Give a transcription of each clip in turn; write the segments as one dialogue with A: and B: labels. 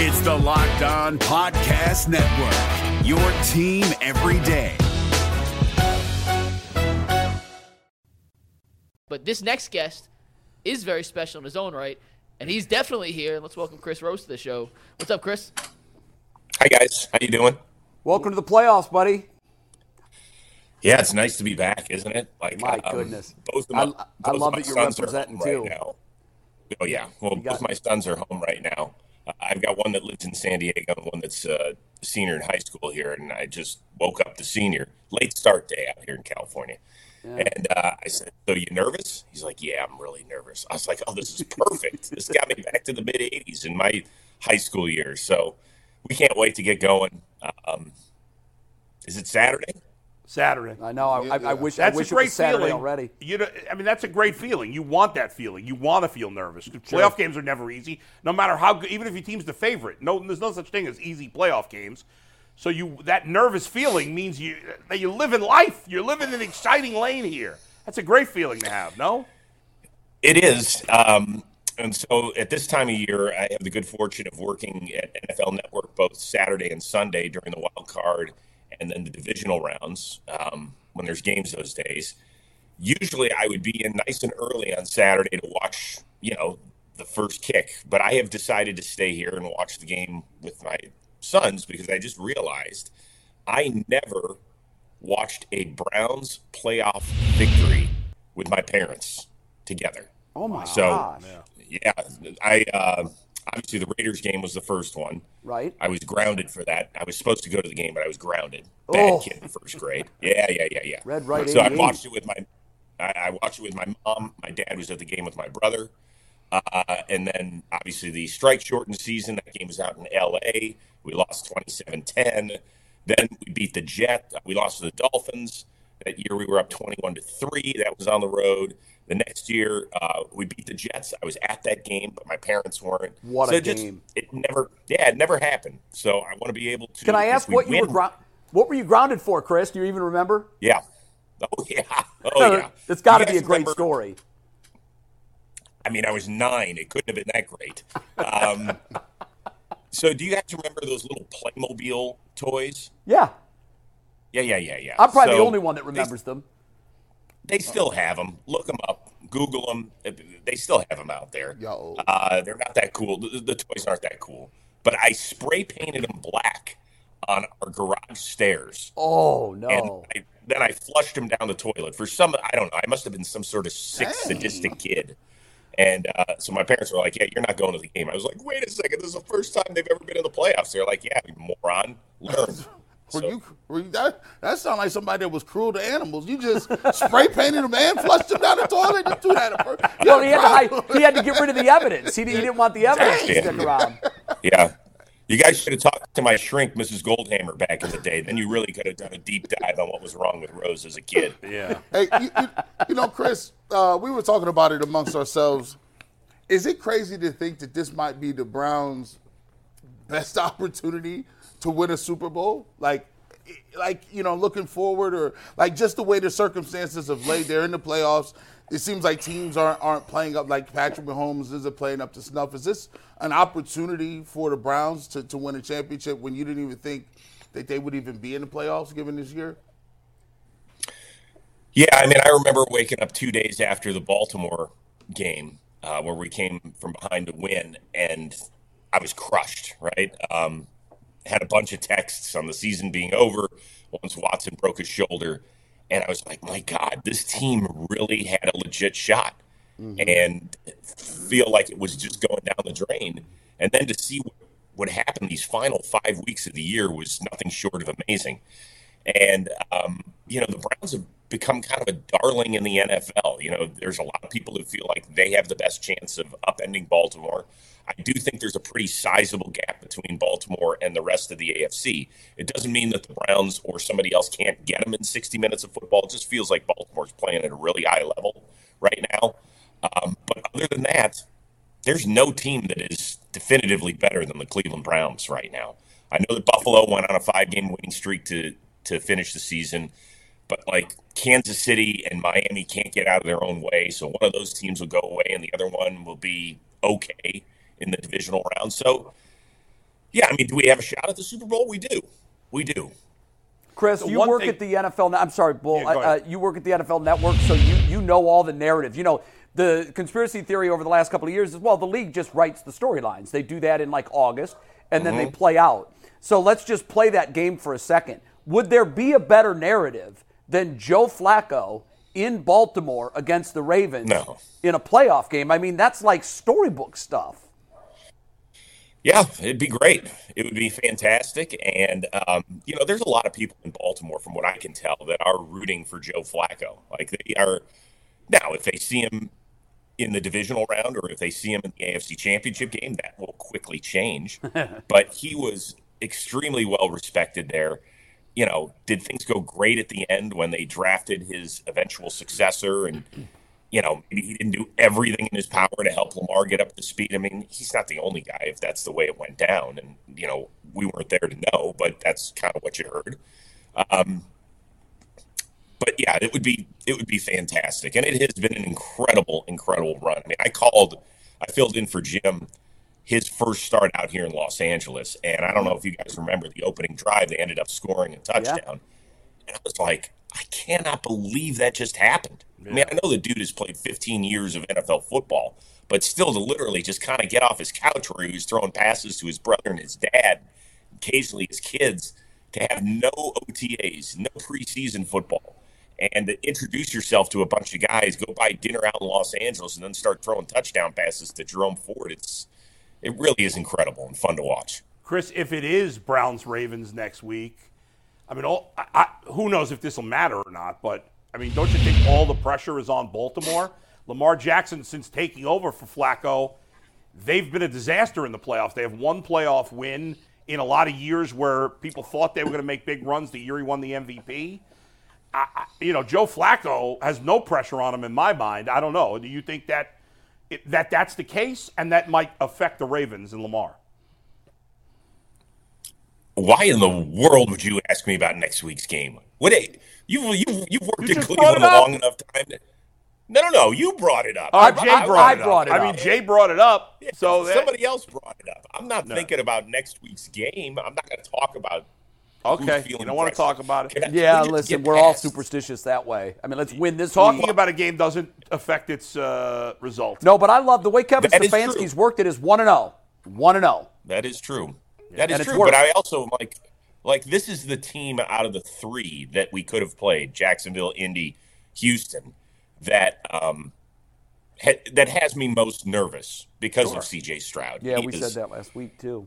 A: It's the Locked On Podcast Network, your team every day.
B: But this next guest is very special in his own right, and he's definitely here. And let's welcome Chris Rose to the show. What's up, Chris?
C: Hi guys, how you doing?
D: Welcome to the playoffs, buddy.
C: Yeah, it's nice to be back, isn't it? Like um,
D: My goodness.
C: both of
D: I-
C: my,
D: I
C: both of
D: love
C: my
D: that you're
C: sons are
D: representing,
C: home
D: too.
C: Right now. Oh yeah, well,
D: got-
C: both my sons are home right now. Uh, I've got one that lives in San Diego and one that's a senior in high school here, and I just woke up the senior late start day out here in California. And uh, I said, "So you nervous?" He's like, "Yeah, I'm really nervous." I was like, "Oh, this is perfect. this got me back to the mid '80s in my high school years." So we can't wait to get going. Um, is it Saturday?
E: Saturday.
D: I know. I, I, I wish.
E: That's
D: I wish
E: a great
D: it was Saturday
E: feeling.
D: already.
E: You know, I mean, that's a great feeling. You want that feeling. You want to feel nervous. 'Cause Playoff games are never easy, no matter how good. Even if your team's the favorite, no, there's no such thing as easy playoff games. So you that nervous feeling means you that you're living life. You're living an exciting lane here. That's a great feeling to have. No,
C: It is. Um, and so at this time of year, I have the good fortune of working at NFL Network both Saturday and Sunday during the wild card and then the divisional rounds um, when there's games those days. Usually I would be in nice and early on Saturday to watch, you know, the first kick, but I have decided to stay here and watch the game with my sons because I just realized I never watched a Browns playoff victory with my parents together.
D: Oh my
C: So-
D: gosh!
C: Yeah, I uh, obviously the Raiders game was the first one.
D: Right?
C: I was grounded for that. I was supposed to go to the game, but I was grounded. Bad
D: Oh.
C: kid in first grade. Yeah, yeah, yeah, yeah.
D: Red right
C: So I
D: 88.
C: watched it with my, I, I watched it with my mom. My dad was at the game with my brother, uh, and then obviously the strike shortened season. That game was out in L.A. We lost 27-10. Then we beat the Jet. We lost to the Dolphins that year. We were up twenty-one to three. That was on the road. The next year, uh, we beat the Jets. I was at that game, but my parents weren't.
D: What a
C: so it just-
D: game.
C: It never, yeah, it never happened. So I want to be able to.
D: Can I
C: if
D: ask
C: we
D: what you were
C: win-
D: ground? What were you grounded for, Chris? Do you even remember?
C: Yeah. Oh yeah. Oh yeah.
D: It's got to
C: You
D: be
C: guys
D: a great
C: remember-
D: story.
C: I mean, I was nine. It couldn't have been that great. Um, so, do you guys remember those little Playmobil toys?
D: Yeah,
C: Yeah, yeah, yeah, yeah.
D: I'm probably
C: So
D: the only one that
C: they-
D: remembers them.
C: They still have them. Look them up. Google them. They still have them out there.
F: Yo.
C: Uh, they're not that cool. The, the toys aren't that cool. But I spray painted them black on our garage stairs.
D: Oh
C: and
D: no!
C: I, then I flushed him down the toilet for some I don't know I must have been some sort of sick sadistic kid, and uh, so my parents were like, "Yeah, you're not going to the game." I was like, "Wait a second, this is the first time they've ever been in the playoffs." They're like, "Yeah, you moron, learn."
F: Were
C: So-
F: you, were you that? That sounds like somebody that was cruel to animals. You just spray painted a man, flushed him down the toilet. You threw that. at first. You
D: Well, he had to
F: problem.
D: hide, he had to get rid of the evidence. He, he didn't want the evidence to
C: Dang.
D: stick around.
C: yeah, you guys should have talked to my shrink, Mrs. Goldhammer, back in the day. Then you really could have done a deep dive on what was wrong with Rose as a kid.
E: yeah.
F: Hey, you, you, you know, Chris, uh, we were talking about it amongst ourselves. Is it crazy to think that this might be the Browns' best opportunity to win a Super Bowl? Like, like you know, looking forward, or like just the way the circumstances have laid. They're in the playoffs. It seems like teams aren't aren't playing up like Patrick Mahomes isn't playing up to snuff. Is this an opportunity for the Browns to, to win a championship when you didn't even think that they would even be in the playoffs given this year?
C: Yeah, I mean, I remember waking up two days after the Baltimore game uh, where we came from behind to win, and I was crushed. Right, um, had a bunch of texts on the season being over once Watson broke his shoulder, and I was like, my God, this team really had a legit shot, and feel like it was just going down the drain, and then to see what what happened these final five weeks of the year was nothing short of amazing. And, um, you know, the Browns have become kind of a darling in the NFL. You know, there's a lot of people who feel like they have the best chance of upending Baltimore. I do think there's a pretty sizable gap between Baltimore and the rest of the AFC. It doesn't mean that the Browns or somebody else can't get them in 60 minutes of football. It just feels like Baltimore's playing at a really high level right now. Um, but other than that, there's no team that is definitively better than the Cleveland Browns right now. I know that Buffalo went on a five game winning streak to to finish the season, but like Kansas City and Miami can't get out of their own way, so one of those teams will go away and the other one will be okay in the divisional round. So yeah, I mean, do we have a shot at the Super Bowl? We do. We do.
D: Chris,
E: The
D: you
E: one
D: work
E: thing-
D: at the NFL. ne- I'm sorry, Bull.
E: Yeah, go
D: uh,
E: ahead.
D: you work at the NFL Network, so you you know all the narrative. You know the conspiracy theory over the last couple of years as well. The league just writes the storylines. They do that in like August, and then
E: Mm-hmm.
D: they play out. So let's just play that game for a second. Would there be a better narrative than Joe Flacco in Baltimore against the Ravens
C: No.
D: in a playoff game? I mean, that's like storybook stuff.
C: Yeah, it'd be great. It would be fantastic. And, um, you know, there's a lot of people in Baltimore, from what I can tell, that are rooting for Joe Flacco. Like, they are now, if they see him in the divisional round or if they see him in the AFC championship game, that will quickly change. but he was extremely well respected there. You know, did things go great at the end when they drafted his eventual successor and you know, maybe he didn't do everything in his power to help Lamar get up to speed. I mean, he's not the only guy if that's the way it went down. And, you know, we weren't there to know, but that's kind of what you heard. Um, but yeah, it would be it would be fantastic, and it has been an incredible, incredible run. I mean, I called, I filled in for Jim, his first start out here in Los Angeles, and I don't know if you guys remember the opening drive. They ended up scoring a touchdown, and I was like, I cannot believe that just happened. I mean, I know the dude has played 15 years of NFL football, but still to literally just kind of get off his couch where he was throwing passes to his brother and his dad, occasionally his kids, to have no OTAs, no preseason football, and to introduce yourself to a bunch of guys, go buy dinner out in Los Angeles, and then start throwing touchdown passes to Jerome Ford. It's it really is incredible and fun to watch.
E: Chris, if it is Browns Ravens next week, I mean, all, I, I, who knows if this will matter or not? But I mean, don't you think all the pressure is on Baltimore? Lamar Jackson, since taking over for Flacco, they've been a disaster in the playoffs. They have one playoff win in a lot of years where people thought they were going to make big runs. The year he won the MVP, I, I, you know, Joe Flacco has no pressure on him in my mind. I don't know. Do you think that it, that that's the case, and that might affect the Ravens and Lamar?
C: why in the world would you ask me about next week's game? What a you you you've worked
E: You
C: in
E: just brought
C: Cleveland
E: it
C: a
E: up.
C: long enough time. To, no, no, no. You brought it up.
D: I- I- I brought it
E: I
D: up.
E: mean, Jay brought it up. So that,
C: somebody else brought it up. I'm not thinking about next week's game. I'm not going to talk about. who's
E: okay,
C: feeling
E: you don't want
C: pressure.
E: to talk about
C: Can
E: it.
C: I-
D: Yeah,
C: can we just
D: listen,
C: get
D: we're all
C: past-
D: superstitious that way. I mean, let's win this week.
E: Talking about a game doesn't affect its uh, result.
D: No, but I love the way Kevin
C: That is true.
D: Stefanski's worked it is 1 0. 1 0.
C: That is true. That is
D: And it's
C: true. But
D: worse.
C: I also am like like this is the team out of the three that we could have played: Jacksonville, Indy, Houston. That um ha- that has me most nervous because of C.J. Stroud.
D: Yeah,
C: He
D: we
C: is-
D: said that last week, too.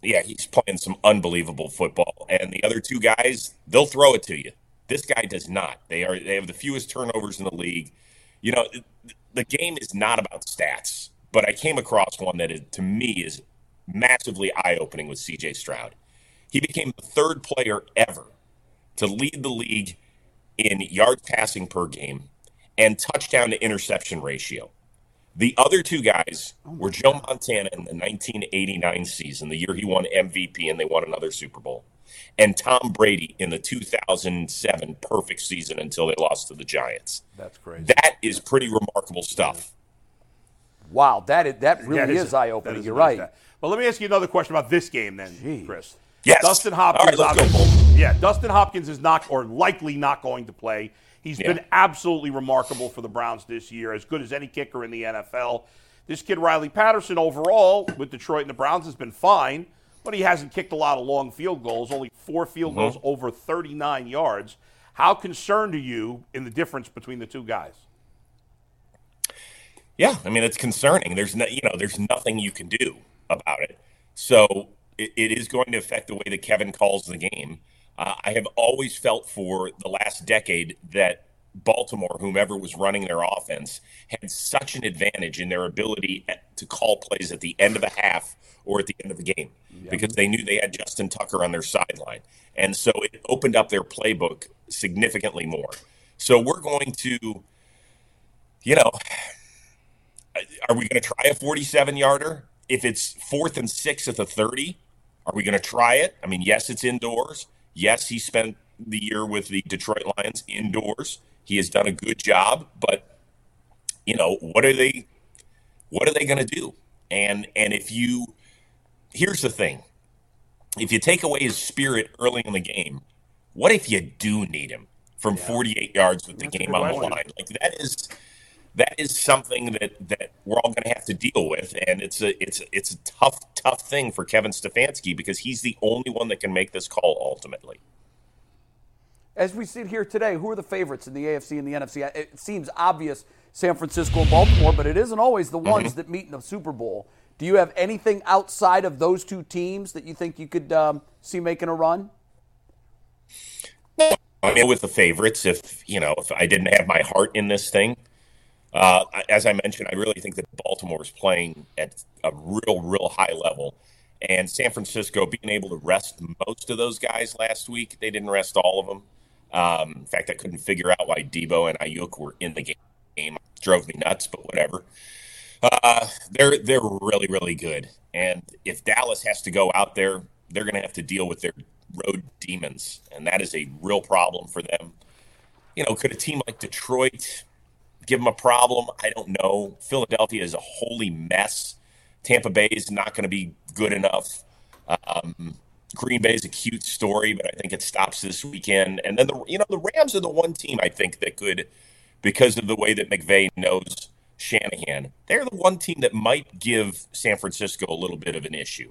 C: Yeah, he's playing some unbelievable football, and the other two guys, they'll throw it to you. This guy does not. They are they have the fewest turnovers in the league. You know, th- the game is not about stats, but I came across one that is, to me is massively eye opening with C.J. Stroud. He became the third player ever to lead the league in yards passing per game and touchdown to interception ratio. The other two guys
E: Oh
C: were Joe Montana in the 1989 season, the year he won MVP and they won another Super Bowl, and Tom Brady in the 2007 perfect season until they lost to the Giants.
E: That's crazy.
C: That is pretty remarkable stuff.
D: Wow, that is, that really
E: That
D: is, eye
E: that
D: opening.
E: is
D: You're
E: a nice
D: right.
E: stat. But let me ask you another question about this game then, Chris.
C: Yes.
E: Dustin
C: All
E: Hopkins.
C: right, let's go,
E: obviously- yeah, Dustin Hopkins is not or likely not going to play. He's
C: Yeah.
E: been absolutely remarkable for the Browns this year, as good as any kicker in the NFL. This kid Riley Patterson overall with Detroit and the Browns has been fine, but he hasn't kicked a lot of long field goals, only four field
C: Mm-hmm.
E: goals over 39 yards. How concerned are you in the difference between the two guys?
C: Yeah, I mean it's concerning. There's no, you know, there's nothing you can do about it. So it, it is going to affect the way that Kevin calls the game. Uh, I have always felt for the last decade that Baltimore, whomever was running their offense, had such an advantage in their ability at, to call plays at the end of a half or at the end of a game because they knew they had Justin Tucker on their sideline, and so it opened up their playbook significantly more. So we're going to, you know are we going to try a 47 yarder if it's fourth and six at the 30 are we going to try it i mean yes it's indoors yes he spent the year with the detroit lions indoors he has done a good job but you know what are they what are they going to do and and if you here's the thing if you take away his spirit early in the game, what if you do need him from 48 yards with the game on the line? Like that is that is something that that we're all going to have to deal with, and it's a it's a- it's a tough tough thing for Kevin Stefanski because he's the only one that can make this call ultimately.
D: As we sit here today, who are the favorites in the AFC and the NFC? It seems obvious San Francisco and Baltimore, but it isn't always
C: Mm-hmm.
D: the ones that meet in the Super Bowl. Do you have anything outside of those two teams that you think you could um, see making a run?
C: I mean, with the favorites, if you know, if I didn't have my heart in this thing, uh, I- as I mentioned, I really think that Baltimore is playing at a real, real high level, and San Francisco being able to rest most of those guys last week, they didn't rest all of them. Um, in fact, I couldn't figure out why Debo and Ayuk were in the game. It drove me nuts, but whatever. Uh, they're they're really really good, and if Dallas has to go out there, they're going to have to deal with their road demons, and that is a real problem for them. You know, could a team like Detroit give them a problem? I don't know. Philadelphia is a holy mess. Tampa Bay is not going to be good enough. Um, Green Bay is a cute story, but I think it stops this weekend. And then the you know the Rams are the one team I think that could, because of the way that McVay knows Shanahan, they're the one team that might give San Francisco a little bit of an issue.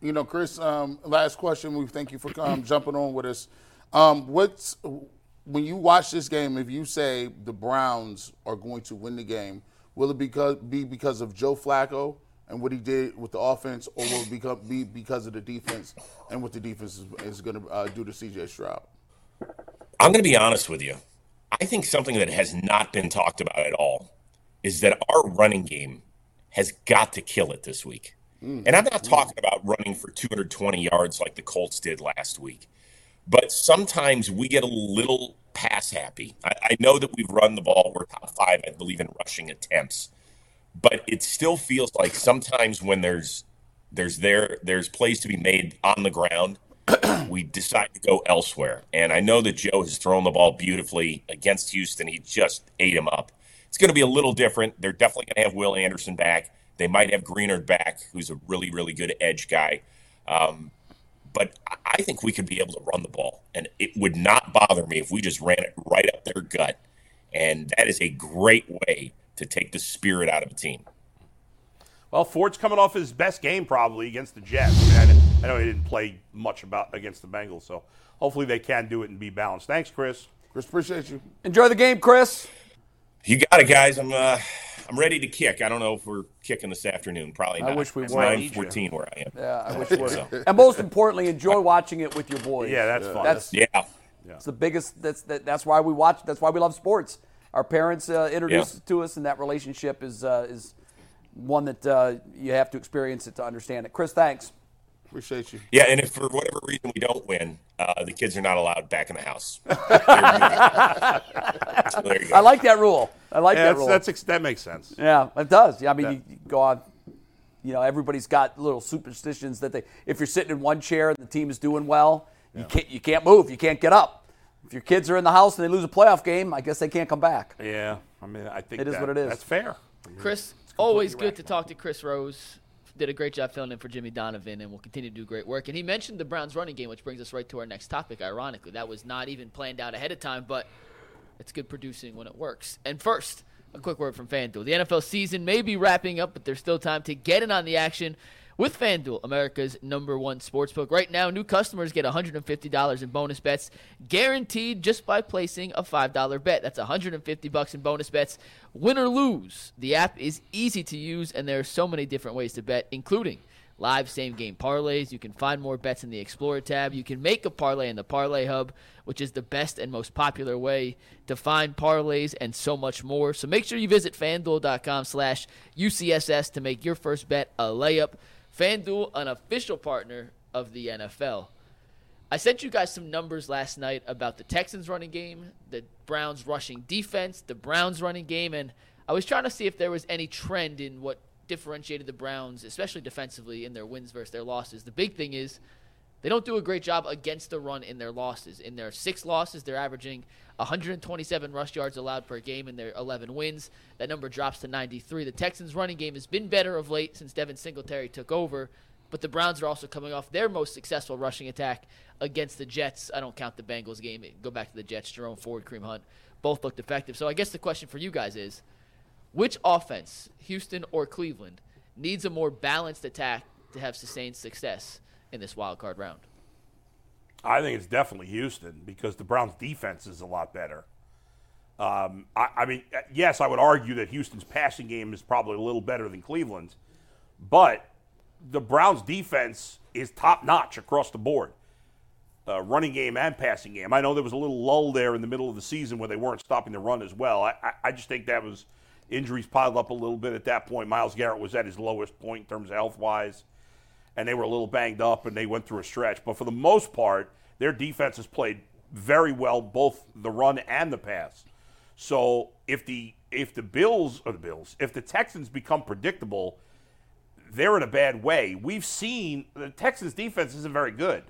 F: You know, Chris. Um, last question. We thank you for um, jumping on with us. Um, what's when you watch this game? If you say the Browns are going to win the game, will it because be because of Joe Flacco and what he did with the offense, or will it become, be because of the defense and what the defense is, is going to uh, do to C.J. Stroud?
C: I'm going to be honest with you. I think something that has not been talked about at all is that our running game has got to kill it this week. And I'm not talking about running for 220 yards like the Colts did last week, but sometimes we get a little pass happy. I, I know that we've run the ball, we're top five, I believe, in rushing attempts, but it still feels like sometimes when there's there's there there's plays to be made on the ground we decide to go elsewhere. And I know that Joe has thrown the ball beautifully against Houston. He just ate him up. It's going to be a little different. They're definitely going to have Will Anderson back. They might have Greenard back, who's a really, really good edge guy. Um, but I- I think we could be able to run the ball. And it would not bother me if we just ran it right up their gut. And that is a great way to take the spirit out of a team.
E: Well, Ford's coming off his best game probably against the Jets. I, mean, I- I know he didn't play much about against the Bengals, so hopefully they can do it and be balanced. Thanks, Chris.
F: Chris, appreciate you.
D: Enjoy the game, Chris.
C: You got it, guys. I'm uh, I'm ready to kick. I don't know if we're kicking this afternoon. Probably.
D: I
C: not.
D: wish we
C: It's
D: were. I need
E: you.
C: 9:14 where I am.
D: Yeah, I wish it was.
C: So,
D: And most importantly, enjoy watching it with your boys.
E: Yeah, that's fun.
D: That's
C: yeah.
D: It's the biggest. That's that, that's why we watch. That's why we love sports. Our parents uh, introduced
C: Yeah.
D: it to us, and that relationship is uh, is one that uh, you have to experience it to understand it. Chris, thanks.
F: Appreciate you.
C: Yeah, and if for whatever reason we don't win, uh, the kids are not allowed back in the house. There you go. There you go.
D: I like that rule. I like
E: Yeah,
D: that
E: that's,
D: rule.
E: that's ex- that makes sense.
D: yeah, it does. Yeah, I mean, you, you go on. You know, everybody's got little superstitions that they. If you're sitting in one chair and the team is doing well, you can't you can't move. You can't get up. If your kids are in the house and they lose a playoff game, I guess they can't come back.
E: Yeah, I mean, I think
D: It is
E: that-
D: what it is.
E: That's fair.
B: Chris, always good to talk to Chris Rose. Did a great job filling in for Jimmy Donovan and will continue to do great work. And he mentioned the Browns running game, which brings us right to our next topic, ironically. That was not even planned out ahead of time, but it's good producing when it works. And first, a quick word from FanDuel. The NFL season may be wrapping up, but there's still time to get in on the action with FanDuel, America's number one sportsbook. Right now, new customers get $150 in bonus bets guaranteed just by placing a $5 bet. That's $150 bucks in bonus bets. Win or lose, the app is easy to use, and there are so many different ways to bet, including live same game parlays. You can find more bets in the Explorer tab. You can make a parlay in the Parlay Hub, which is the best and most popular way to find parlays and so much more. So make sure you visit fanduel.com slash UCSS to make your first bet a layup. FanDuel, an official partner of the NFL. I sent you guys some numbers last night about the Texans running game, the Browns rushing defense, the Browns running game, and I was trying to see if there was any trend in what differentiated the Browns, especially defensively, in their wins versus their losses. The big thing is they don't do a great job against the run in their losses. In their six losses, they're averaging 127 rush yards allowed per game in their 11 wins. That number drops to 93. The Texans' running game has been better of late since Devin Singletary took over, but the Browns are also coming off their most successful rushing attack against the Jets. I don't count the Bengals game. Go back to the Jets, Jerome Ford, Cream Hunt. Both looked effective. So I guess the question for you guys is which offense, Houston or Cleveland, needs a more balanced attack to have sustained success? in this wild card round?
E: I think it's definitely Houston because the Browns' defense is a lot better. Um, I, I mean, yes, I would argue that Houston's passing game is probably a little better than Cleveland's, but the Browns' defense is top notch across the board. Uh, running game and passing game. I know there was a little lull there in the middle of the season where they weren't stopping the run as well. I, I, I just think that was injuries piled up a little bit at that point. Miles Garrett was at his lowest point in terms of health wise and they were a little banged up and they went through a stretch. But for the most part, their defense has played very well, both the run and the pass. So if the if the Bills or the Bills, if the Texans become predictable, they're in a bad way. We've seen the Texans defense isn't very good.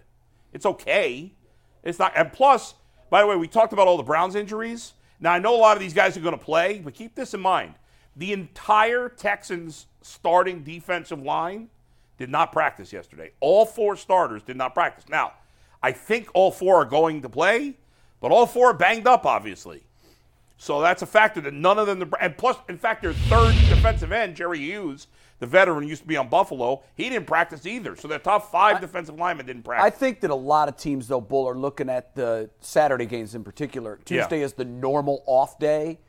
E: It's okay. It's not and plus, by the way, we talked about all the Browns injuries. Now I know a lot of these guys are going to play, but keep this in mind. The entire Texans starting defensive line did not practice yesterday. All four starters did not practice. Now, I think all four are going to play, but all four are banged up, obviously. So that's a factor that none of them, and plus, in fact, their third defensive end, Jerry Hughes, the veteran used to be on Buffalo, he didn't practice either. So their top five defensive linemen didn't
D: I
E: practice.
D: think that a lot of teams, though, Bull, are looking at the Saturday games in particular.
E: Yeah.
D: Tuesday is the normal off day,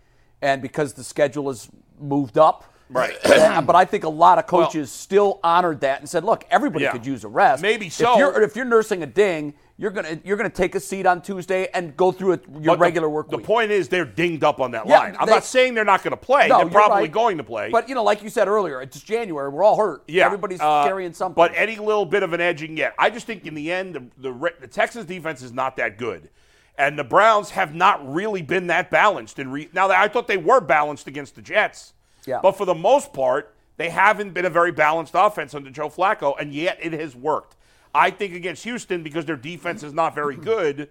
D: and because the schedule is moved up.
E: Right.
D: Yeah, but I think a lot of coaches still honored that and said, "Look, everybody
E: Yeah.
D: could use a rest.
E: Maybe
D: If
E: so.
D: you're, if you're nursing a ding, you're gonna you're gonna take a seat on Tuesday and go through it your
E: But
D: regular
E: the,
D: work
E: The
D: week.
E: point is they're dinged up on that
D: Yeah,
E: line. I'm
D: they-
E: not saying they're not going to play.
D: No,
E: they're
D: you're
E: probably
D: right.
E: going to play.
D: But you know, like you said earlier, it's January. We're all hurt.
E: Yeah,
D: everybody's
E: uh,
D: carrying something.
E: But any little bit of an edging yet. I just think in the end, the, the, Re- the Texas defense is not that good, and the Browns have not really been that balanced. In re- now, I thought they were balanced against the Jets,
D: Yeah.
E: But for the most part, they haven't been a very balanced offense under Joe Flacco, and yet it has worked. I think against Houston because their defense is not very good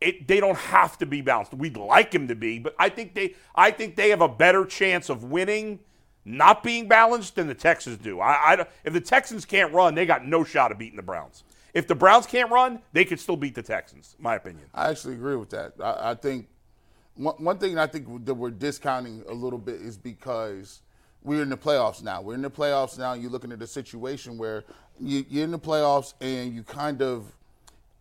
E: it, they don't have to be balanced. We'd like them to be, but I think they I think they have a better chance of winning not being balanced than the Texans do. I, I don't- if the Texans can't run, they got no shot of beating the Browns. If the Browns can't run, they could still beat the Texans. My opinion.
F: I actually agree with that. I, I think one, one thing I think that we're discounting a little bit is because we're in the playoffs now. We're in the playoffs now. You're looking at a situation where you, you're in the playoffs and you kind of,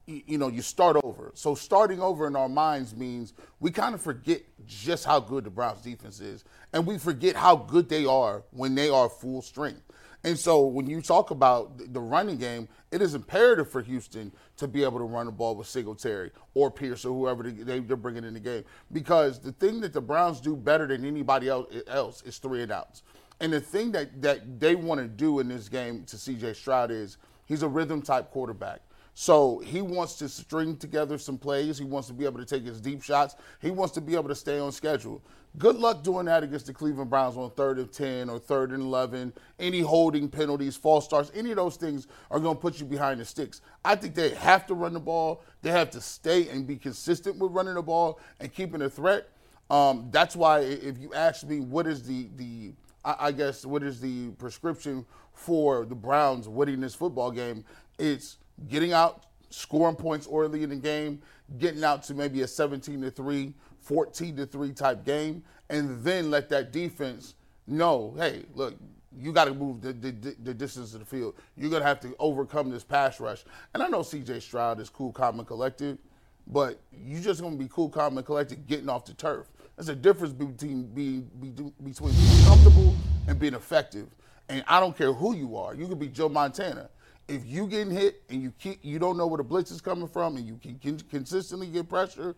F: y- you know, you start over. So starting over in our minds means we kind of forget just how good the Browns defense is, and we forget how good they are when they are full strength. And so when you talk about th- the running game, it is imperative for Houston to be able to run the ball with Singletary or Pierce or whoever they- they- they're bringing in the game. Because the thing that the Browns do better than anybody el- e, else is three and outs. And the thing that, that they want to do in this game to CJ Stroud is he's a rhythm type quarterback. So he wants to string together some plays. He wants to be able to take his deep shots. He wants to be able to stay on schedule. Good luck doing that against the Cleveland Browns on third and 10 or third and 11. Any holding penalties, false starts, any of those things are going to put you behind the sticks. I think they have to run the ball. They have to stay and be consistent with running the ball and keeping a threat. Um, that's why i- if you ask me what is the the I, I guess what is the prescription for the Browns winning this football game, it's getting out, scoring points early in the game, getting out to maybe a 17 to 3, 14 to 3 type game, and then let that defense know, hey, look, you got to move the, the, the- the distance of the field. You're going to have to overcome this pass rush. And I know CJ Stroud is cool, calm, and collected. But you just gonna be cool, calm, and collected getting off the turf. There's a difference between being be- between being comfortable and being effective. And I don't care who you are. You could be Joe Montana. If you getting hit and you keep, you don't know where the blitz is coming from, and you can, can consistently get pressure,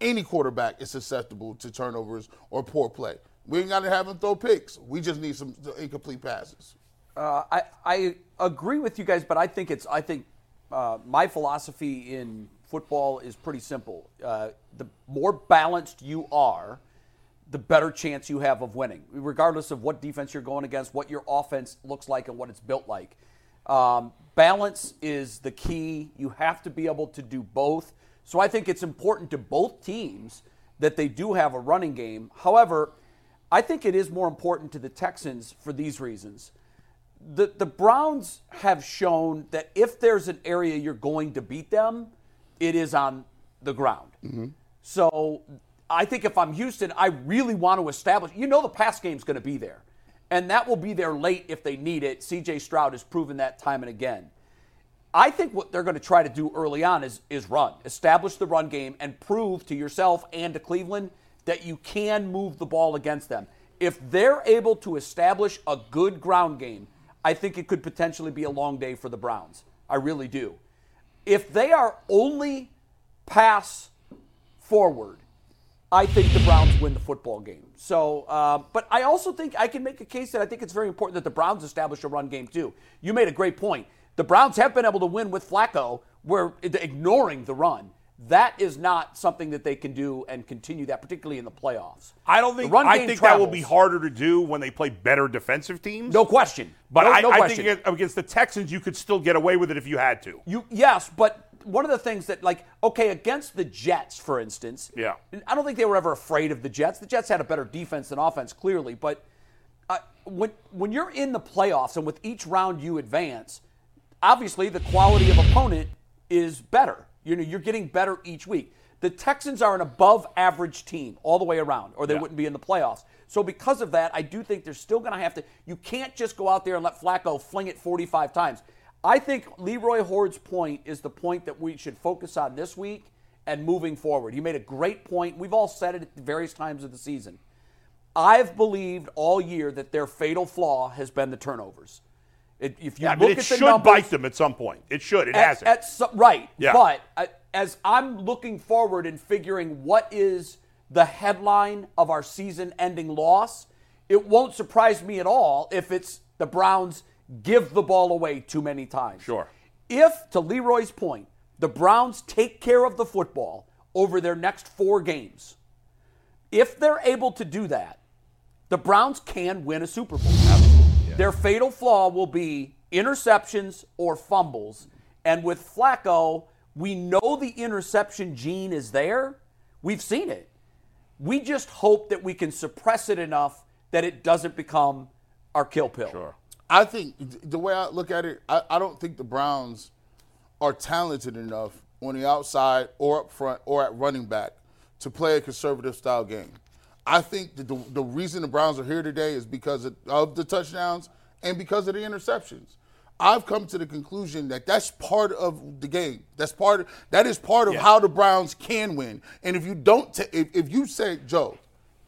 F: any quarterback is susceptible to turnovers or poor play. We ain't gotta have him throw picks. We just need some incomplete passes.
D: Uh, I, I agree with you guys, but I think it's I think uh, my philosophy in football is pretty simple. Uh, the more balanced you are, the better chance you have of winning, regardless of what defense you're going against, what your offense looks like, and what it's built like. Um, balance is the key. You have to be able to do both. So I think it's important to both teams that they do have a running game. However, I think it is more important to the Texans for these reasons. The, the Browns have shown that if there's an area you're going to beat them, it is on the ground. So I think if I'm Houston, I really want to establish. You know, the pass game's going to be there, and that will be there late if they need it. C.J. Stroud has proven that time and again. I think what they're going to try to do early on is is run, establish the run game, and prove to yourself and to Cleveland that you can move the ball against them. If they're able to establish a good ground game, I think it could potentially be a long day for the Browns. I really do. If they are only pass forward, I think the Browns win the football game. So, uh, but I also think I can make a case that I think it's very important that the Browns establish a run game too. You made a great point. The Browns have been able to win with Flacco, where ignoring the run. That is not something that they can do and continue that, particularly in the playoffs.
E: I don't
D: The
E: think.
D: run
E: I
D: game
E: think that will be
D: travels.
E: harder to do when they play better defensive teams.
D: No question.
E: But
D: No-
E: I,
D: no
E: I
D: question.
E: think against the Texans, you could still get away with it if you had to.
D: You yes, but one of the things that like okay against the Jets, for instance.
E: Yeah.
D: I don't think they were ever afraid of the Jets. The Jets had a better defense than offense, clearly. But uh, when when you're in the playoffs and with each round you advance, obviously the quality of opponent is better. You know you're getting better each week. The Texans are an above average team all the way around, or they wouldn't be in the playoffs. So because of that, I do think they're still going to have to. You can't just go out there and let Flacco fling it 45 times. I think Leroy Horde's point is the point that we should focus on this week and moving forward. You made a great point. We've all said it at various times of the season. I've believed all year that their fatal flaw has been the turnovers. It, if you
E: Yeah, I
D: look
E: mean,
D: at
E: it
D: the
E: should
D: numbers,
E: bite them at some point. It should. It
D: at-
E: hasn't.
D: at some- right.
E: Yeah.
D: But uh, as I'm looking forward and figuring what is the headline of our season-ending loss, it won't surprise me at all if it's the Browns give the ball away too many times.
E: Sure.
D: If, to Leroy's point, the Browns take care of the football over their next four games, if they're able to do that, the Browns can win a Super Bowl. Their fatal flaw will be interceptions or fumbles. And with Flacco, we know the interception gene is there. We've seen it. We just hope that we can suppress it enough that it doesn't become our kill pill. Sure.
F: I think th- the way I look at it, I, I don't think the Browns are talented enough on the outside or up front or at running back to play a conservative style game. I think that the, the reason the Browns are here today is because of, of the touchdowns and because of the interceptions. I've come to the conclusion that that's part of the game. That's part. Of, that is part of how the Browns can win. And if you don't, ta- if, if you say, Joe,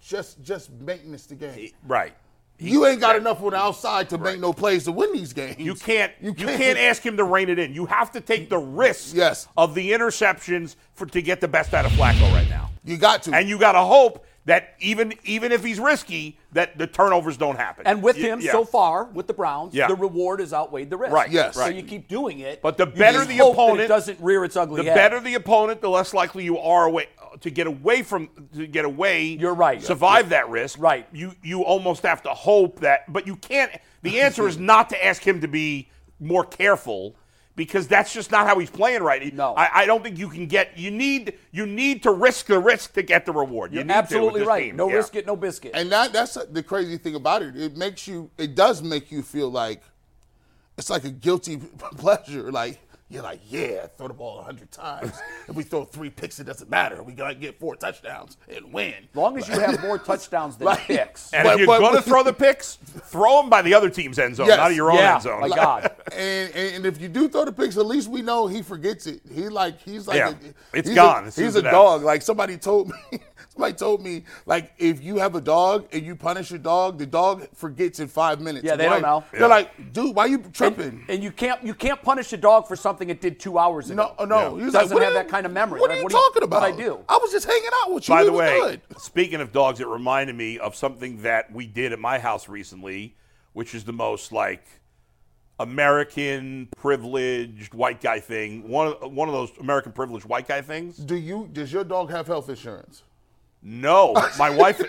F: just just make this the game
E: right.
F: you ain't got enough on the outside to make no plays to win these games.
E: You can't, you can't. ask him to rein it in. You have to take the risk
F: Yes.
E: of the interceptions for to get the best out of Flacco right now.
F: You got to.
E: And you got to hope that even even if he's risky, that the turnovers don't happen.
D: And with
E: Y-
D: him
E: yeah.
D: so far, with the Browns,
E: Yeah.
D: the reward has outweighed the risk.
E: Right,
F: Yes.
D: So
F: right.
D: you keep doing it.
E: But the
D: you
E: better
D: just
E: the
D: hope that it
E: opponent-
D: doesn't rear its ugly
E: the
D: head.
E: better the opponent, the less likely you are away, to get away from to get away.
D: You're right.
E: Survive that risk.
D: Right.
E: You you almost have to hope that, but you can't. The answer is not to ask him to be more careful because that's just not how he's playing right.
D: No.
E: I, I don't think you can get. You need you need to risk the risk to get the reward. You
D: You're
E: need to with
D: absolutely
E: this
D: right.
E: team.
D: No
E: Yeah.
D: risk it, no biscuit.
F: and that that's the crazy thing about it. It makes you it does make you feel like it's like a guilty pleasure. Like you're like, yeah, throw the ball hundred times. if we throw three picks, it doesn't matter. We gotta get four touchdowns and win.
D: as long as you have more touchdowns than
F: Right.
D: picks.
E: And
F: But-
E: if you're
F: but-
E: going to throw the picks, throw them by the other team's end zone,
F: Yes.
E: not your own
D: Yeah.
E: end zone.
D: My God.
F: And, and and if you do throw the picks, at least we know he forgets it. He like he's like
E: Yeah.
F: a,
E: It's
F: he's
E: gone
F: A,
E: as soon
F: he's
E: as
F: a
E: it
F: dog.
E: happens.
F: Like somebody told me, somebody told me like if you have a dog and you punish your dog, the dog forgets in five minutes.
D: Yeah, they
F: Why-
D: don't know.
F: They're like, dude, why you tripping?
D: And you can't you can't punish a dog for something it did two hours ago.
F: no, no. He was
D: doesn't
F: like, what
D: have
F: are you-
D: that kind of memory.
F: What
D: right?
F: are you
D: what
F: talking about?
D: What I do.
F: I was just hanging out with you.
E: By
F: We
E: the
F: were
E: way,
F: good.
E: speaking of dogs, it reminded me of something that we did at my house recently, which is the most like American privileged white guy thing. One of, one of those American privileged white guy things.
F: Do you? Does your dog have health insurance?
E: No, my wife,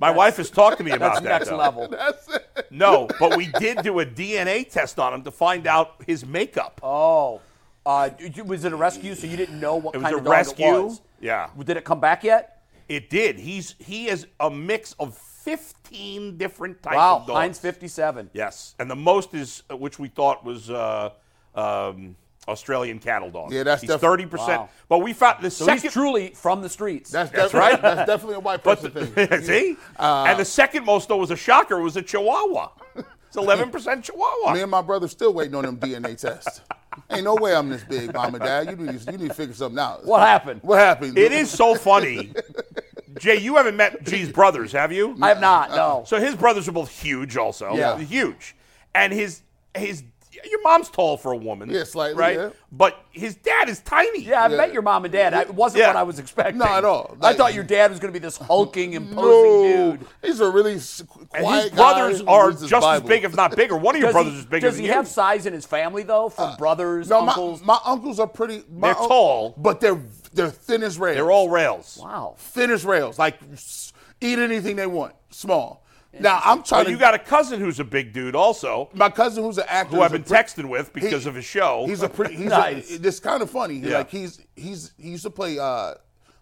E: my wife has talked to me about
D: That's
E: that.
D: next
E: though.
D: level.
F: That's it.
E: No, but we did do a DNA test on him to find out his makeup.
D: Oh, uh, d- d- was it a rescue? So you didn't know what
E: It was
D: kind
E: a
D: of dog
E: rescue.
D: it was.
E: Yeah.
D: Did it come back yet?
E: It did. He's he is a mix of fifteen different types
D: Wow,
E: of dogs.
D: Heinz 57.
E: Yes, and the most is which we thought was uh, um, Australian cattle dog.
F: Yeah, that's
E: he's
F: def-
E: thirty percent.
D: Wow.
E: But we found the
D: So
E: second
D: he's truly from the streets.
F: That's,
E: That's
F: definitely-
E: right.
F: That's definitely a white
E: But
F: person
E: the-
F: thing. Uh,
E: see, and the second most though was a shocker was a Chihuahua. It's eleven percent Chihuahua.
F: Me and my brother still waiting on them DNA tests. Ain't no way I'm this big, mom and dad. You need, you need to figure something out.
D: What happened?
F: What happened?
E: It is so funny. Jay, you haven't met G's brothers, have you?
D: I have not, no.
F: Uh-uh.
E: So his brothers are both huge, also.
F: Yeah.
E: Huge, and his his your mom's tall for a woman.
F: Yeah, slightly,
E: Right,
F: yeah.
E: but his dad is tiny.
D: yeah, I
F: Yeah.
D: met your mom and dad. I- It wasn't
E: Yeah.
D: what I was expecting.
F: Not at all.
D: I
F: Like-
D: thought your dad was going to be this hulking, imposing
F: no,
D: dude.
F: he's a really s-
E: And
F: quiet
E: his
F: guy
E: brothers
F: who
E: are
F: reads his
E: just as
F: Bible.
E: big, if not bigger. One of your brothers
D: he,
E: is bigger
D: does
E: than
D: he
E: you.
D: have size in his family, though, from brothers,
F: Uh, No,
D: uncles?
F: my, my uncles are pretty. My
D: oh.
E: They're tall.
F: but they're they're thin as rails.
E: They're all rails.
D: wow.
F: thin as rails. Like s- eat anything they want. Small. Now I'm trying
E: But
F: to.
E: you got a cousin who's a big dude, also,
F: my cousin who's an actor
E: who I've been
F: is a pre-
E: texting with because
F: he-
E: of his show.
F: He's a pretty. He's
D: Nice.
F: a, it's kind of funny.
E: Yeah.
F: Like he's he's he used to play uh,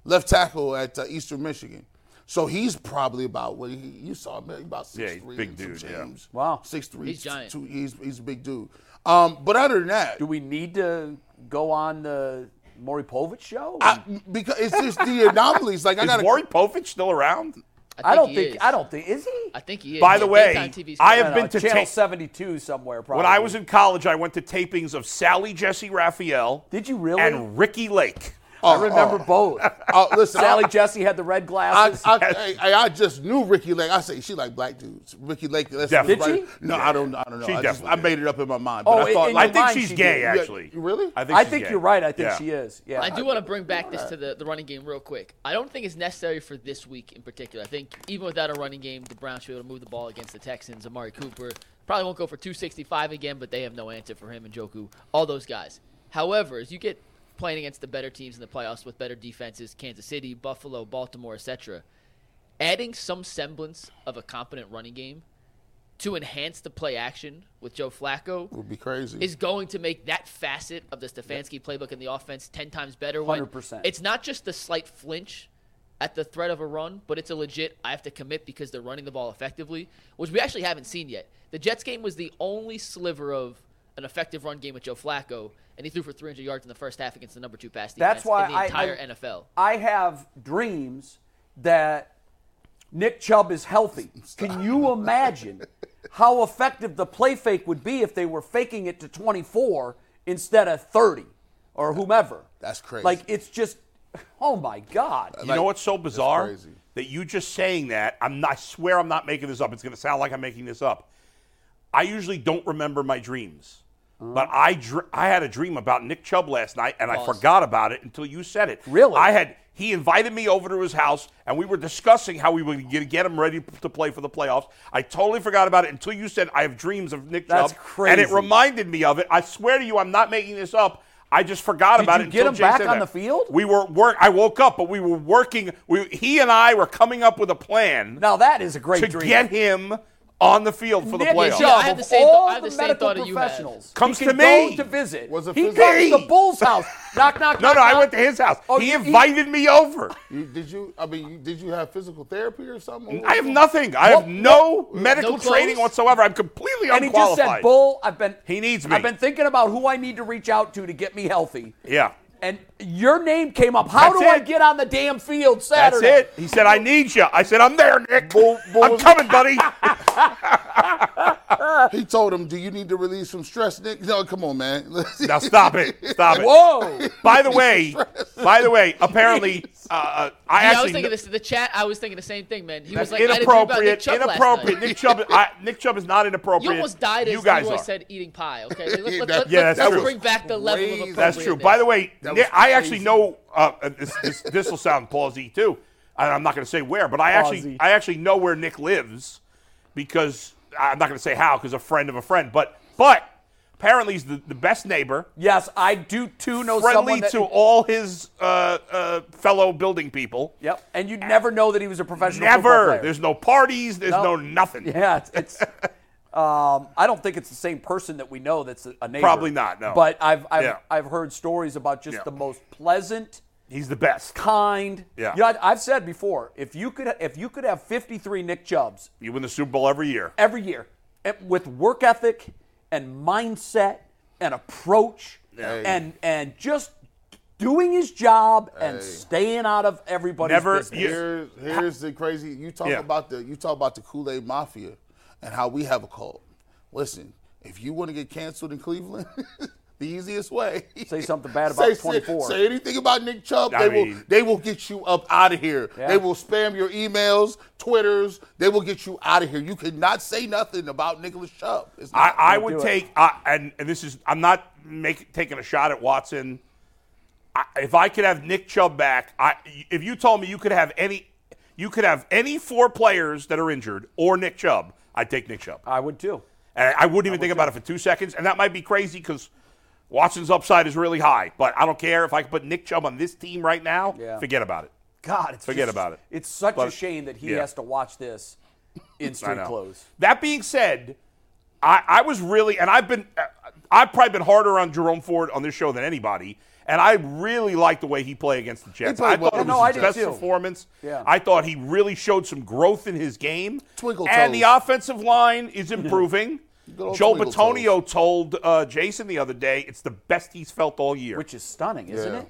F: left tackle at uh, Eastern Michigan, so he's probably about what he, you saw him about
E: Yeah,
F: six
E: he's
F: three.
E: big
F: and some
E: dude, yeah.
F: change.
D: Wow.
F: six three.
B: He's giant.
F: Two, he's he's a big dude. Um, but other than that,
D: Do we need to go on the Maury Povich show?
F: I, because it's just the anomalies. Like I got
E: is Maury Povich still around?
D: I don't
B: he
D: think.
B: is.
D: I don't think. Is he?
B: I think he is.
E: By
B: He's
E: the
B: a
E: way,
B: daytime TV
E: I
B: star.
E: have
D: No,
E: been
D: no,
E: to
D: Channel
E: tape-
D: 72 somewhere. Probably.
E: When I was in college, I went to tapings of Sally Jesse Raphael.
D: Did you really? Oh,
E: And uh, Ricky Lake.
D: I remember both.
F: Oh, listen,
D: Sally
F: I-
D: Jesse had the red
F: I,
D: glasses.
F: I, I, I just knew Ricky Lake. I say she like black dudes. Ricky Lake. That's
E: Definitely.
F: right.
D: Did she?
F: No, I don't. I don't know.
E: She
F: I, just,
E: definitely
F: I
E: did.
F: made it up in my mind.
D: Oh,
F: But I
D: it-
F: thought
D: in
E: I
D: your
E: think
D: mind,
E: she's
D: she
E: gay,
D: did.
E: actually.
F: You- really?
E: I think,
D: I
E: she's
D: think
E: gay.
D: you're right. I think
E: Yeah.
D: she is. Yeah.
B: I do want to bring back this to the, the running game real quick. I don't think it's necessary for this week in particular. I think even without a running game, the Browns should be able to move the ball against the Texans. Amari Cooper probably won't go for 265 again, but they have no answer for him and Joku, all those guys. However, as you get playing against the better teams in the playoffs with better defenses, Kansas City, Buffalo, Baltimore, etc., adding some semblance of a competent running game to enhance the play action with Joe Flacco
F: would be crazy.
B: is going to make that facet of the Stefanski playbook in the offense 10 times better. when
D: 100%.
B: It's not just the slight flinch at the threat of a run, but it's a legit, I have to commit because they're running the ball effectively, which we actually haven't seen yet. The Jets game was the only sliver of an effective run game with Joe Flacco, and he threw for 300 yards in the first half against the number two pass defense
D: That's why
B: in the
D: I-
B: entire
D: I-
B: NFL.
D: I have dreams that Nick Chubb is healthy. Can you imagine how effective the play fake would be if they were faking it to 24 instead of 30 or whomever?
F: That's crazy.
D: Like it's just, oh my God.
E: You know what's so bizarre?
F: crazy.
E: That you just saying that, I'm not, I swear I'm not making this up. It's going to sound like I'm making this up. I usually don't remember my dreams.
D: Uh-huh.
E: But I dr- I had a dream about Nick Chubb last night and I forgot about it until you said it.
D: Really?
E: I had he invited me over to his house and we were discussing how we were going to get him ready p- to play for the playoffs. I totally forgot about it until you said I have dreams of Nick
D: That's
E: Chubb and it
D: crazy.
E: reminded me of it. I swear to you I'm not making this up. I just forgot
D: Did
E: about
D: you
E: it
D: get
E: until
D: him
E: Jay
D: back
E: said
D: on
E: that.
D: the field?
E: We were work. I woke up, but we were working. We, he and I were coming up with a plan
D: Now that is a great
E: to
D: dream.
E: get him on the field for the
D: Nick
E: playoffs.
D: Chubb,
B: Yeah, I have the
D: of
B: same thought-
D: all
B: I have
D: the,
B: the same
D: medical
B: thought that you had.
D: professionals, he
E: Comes
D: can
E: to me.
D: go to visit.
F: Was it
D: he
F: physical?
D: comes to the Bulls' house. knock, knock,
E: No,
D: knock,
E: no, I
D: knock.
E: went to his house.
D: Oh,
E: he
D: you- he-
E: invited me over.
F: You- did you? I mean, you, did you have physical therapy or something?
E: I have nothing. I
D: What-
E: have no medical
B: no clothes?
E: training whatsoever. I'm completely
D: And he just
E: unqualified.
D: said, "Bull, I've been
E: He needs me.
D: I've been thinking about who I need to reach out to to get me healthy."
E: Yeah,
D: And your name came up. How
E: That's
D: do I
E: it.
D: get on the damn field
E: that's
D: Saturday?
E: it. He said, "I need you." I said, "I'm there, Nick.
F: Bull- bull-
E: I'm coming, buddy."
D: Uh,
F: He told him, "Do you need to release some stress, Nick?" No, come on, man.
E: now stop it. Stop it.
D: Whoa!
E: By the way, by the way, apparently, uh, uh, I
B: Yeah,
E: actually
B: I was thinking
E: kn-
B: this the chat. I was thinking the same thing, man. He
E: That's
B: was like, I had a dream about Nick
E: inappropriate.
B: Chubb last
E: inappropriate.
B: night.
E: Nick Chubb. I, Nick Chubb is not
B: You
E: inappropriate.
B: almost died as
E: You guys
B: Leroy
E: are.
B: said eating pie. Okay, let, let,
F: Yeah,
B: let,
F: that-
E: yeah, that's
B: us
E: true.
B: bring back the level of
F: Crazy.
B: appropriate.
E: That's true. By the way,
F: That
E: Nick,
F: was
E: I actually
F: crazy.
E: know uh, uh, this. This this will sound palsy too, and I'm not going to say where, but I actually
D: Palsy.
E: I actually know where uh, Nick lives because I'm not going to say how because a friend of a friend, but but apparently he's the, the best neighbor,
D: Yes, I do too know
E: friendly
D: someone that,
E: to all his uh, uh, fellow building people.
D: Yep, and you'd never know that he was a professional football
E: Never.
D: player.
E: There's no parties. There's
D: No.
E: no, nothing.
D: Yeah, it's. it's um, I don't think it's the same person that we know. That's a neighbor.
E: Probably not, no.
D: But I've I've,
E: Yeah.
D: I've heard stories about just
E: Yeah.
D: the most pleasant,
E: He's the best.
D: kind.
E: Yeah.
D: You know, I- I've said before, if you could if you could have 53 Nick Chubbs
E: You win the Super Bowl every year.
D: every year and with work ethic and mindset and approach and and just doing his job and staying out of everybody's
E: Never-
D: business.
E: you-
F: Here's, here's the crazy. You talk
E: Yeah.
F: about the you talk about the Kool Aid Mafia and how we have a cult. Listen, if you want to get canceled in Cleveland, the easiest way
D: Say something bad
F: Say-
D: about
F: say-
D: 24.
F: Say, anything about Nick Chubb,
E: I
F: they will
E: mean-
F: they will get you up out of here.
D: Yeah.
F: They will spam your emails, twitters. They will get you out of here. You cannot say nothing about Nicholas Chubb. It's
E: I,
F: not-
E: I
D: do
E: would
D: it.
E: take, I and, and this is, I'm not make, taking a shot at Watson. I, if I could have Nick Chubb back, I, if you told me you could have any, you could have any four players that are injured or Nick Chubb, I'd take Nick Chubb.
D: I would too.
E: And I wouldn't even think about it for two seconds. And that might be crazy because Watson's upside is really high. But I don't care if I could put Nick Chubb on this team right now.
D: Yeah.
E: Forget about it.
D: God, it's
E: Forget
D: just-
E: about it.
D: It's such a
E: But-
D: shame that he
E: yeah.
D: has to watch this in
E: I
D: street
E: know.
D: clothes.
E: That being said, I, I was really, and I've been, uh, I've probably been harder on Jerome Ford on this show than anybody. And I really liked the way he played against the Jets.
F: played
E: I
F: well
E: thought it
F: against
E: was
F: the
E: his best
D: Jets.
E: performance.
D: Yeah.
E: I thought he really showed some growth in his game.
F: Twinkle
E: and the
F: toes.
E: offensive line is improving.
F: Good old
E: Joe
F: twinkle
E: Batonio told uh, Jason the other day it's the best he's felt all year.
D: which is stunning, isn't
F: Yeah.
D: it?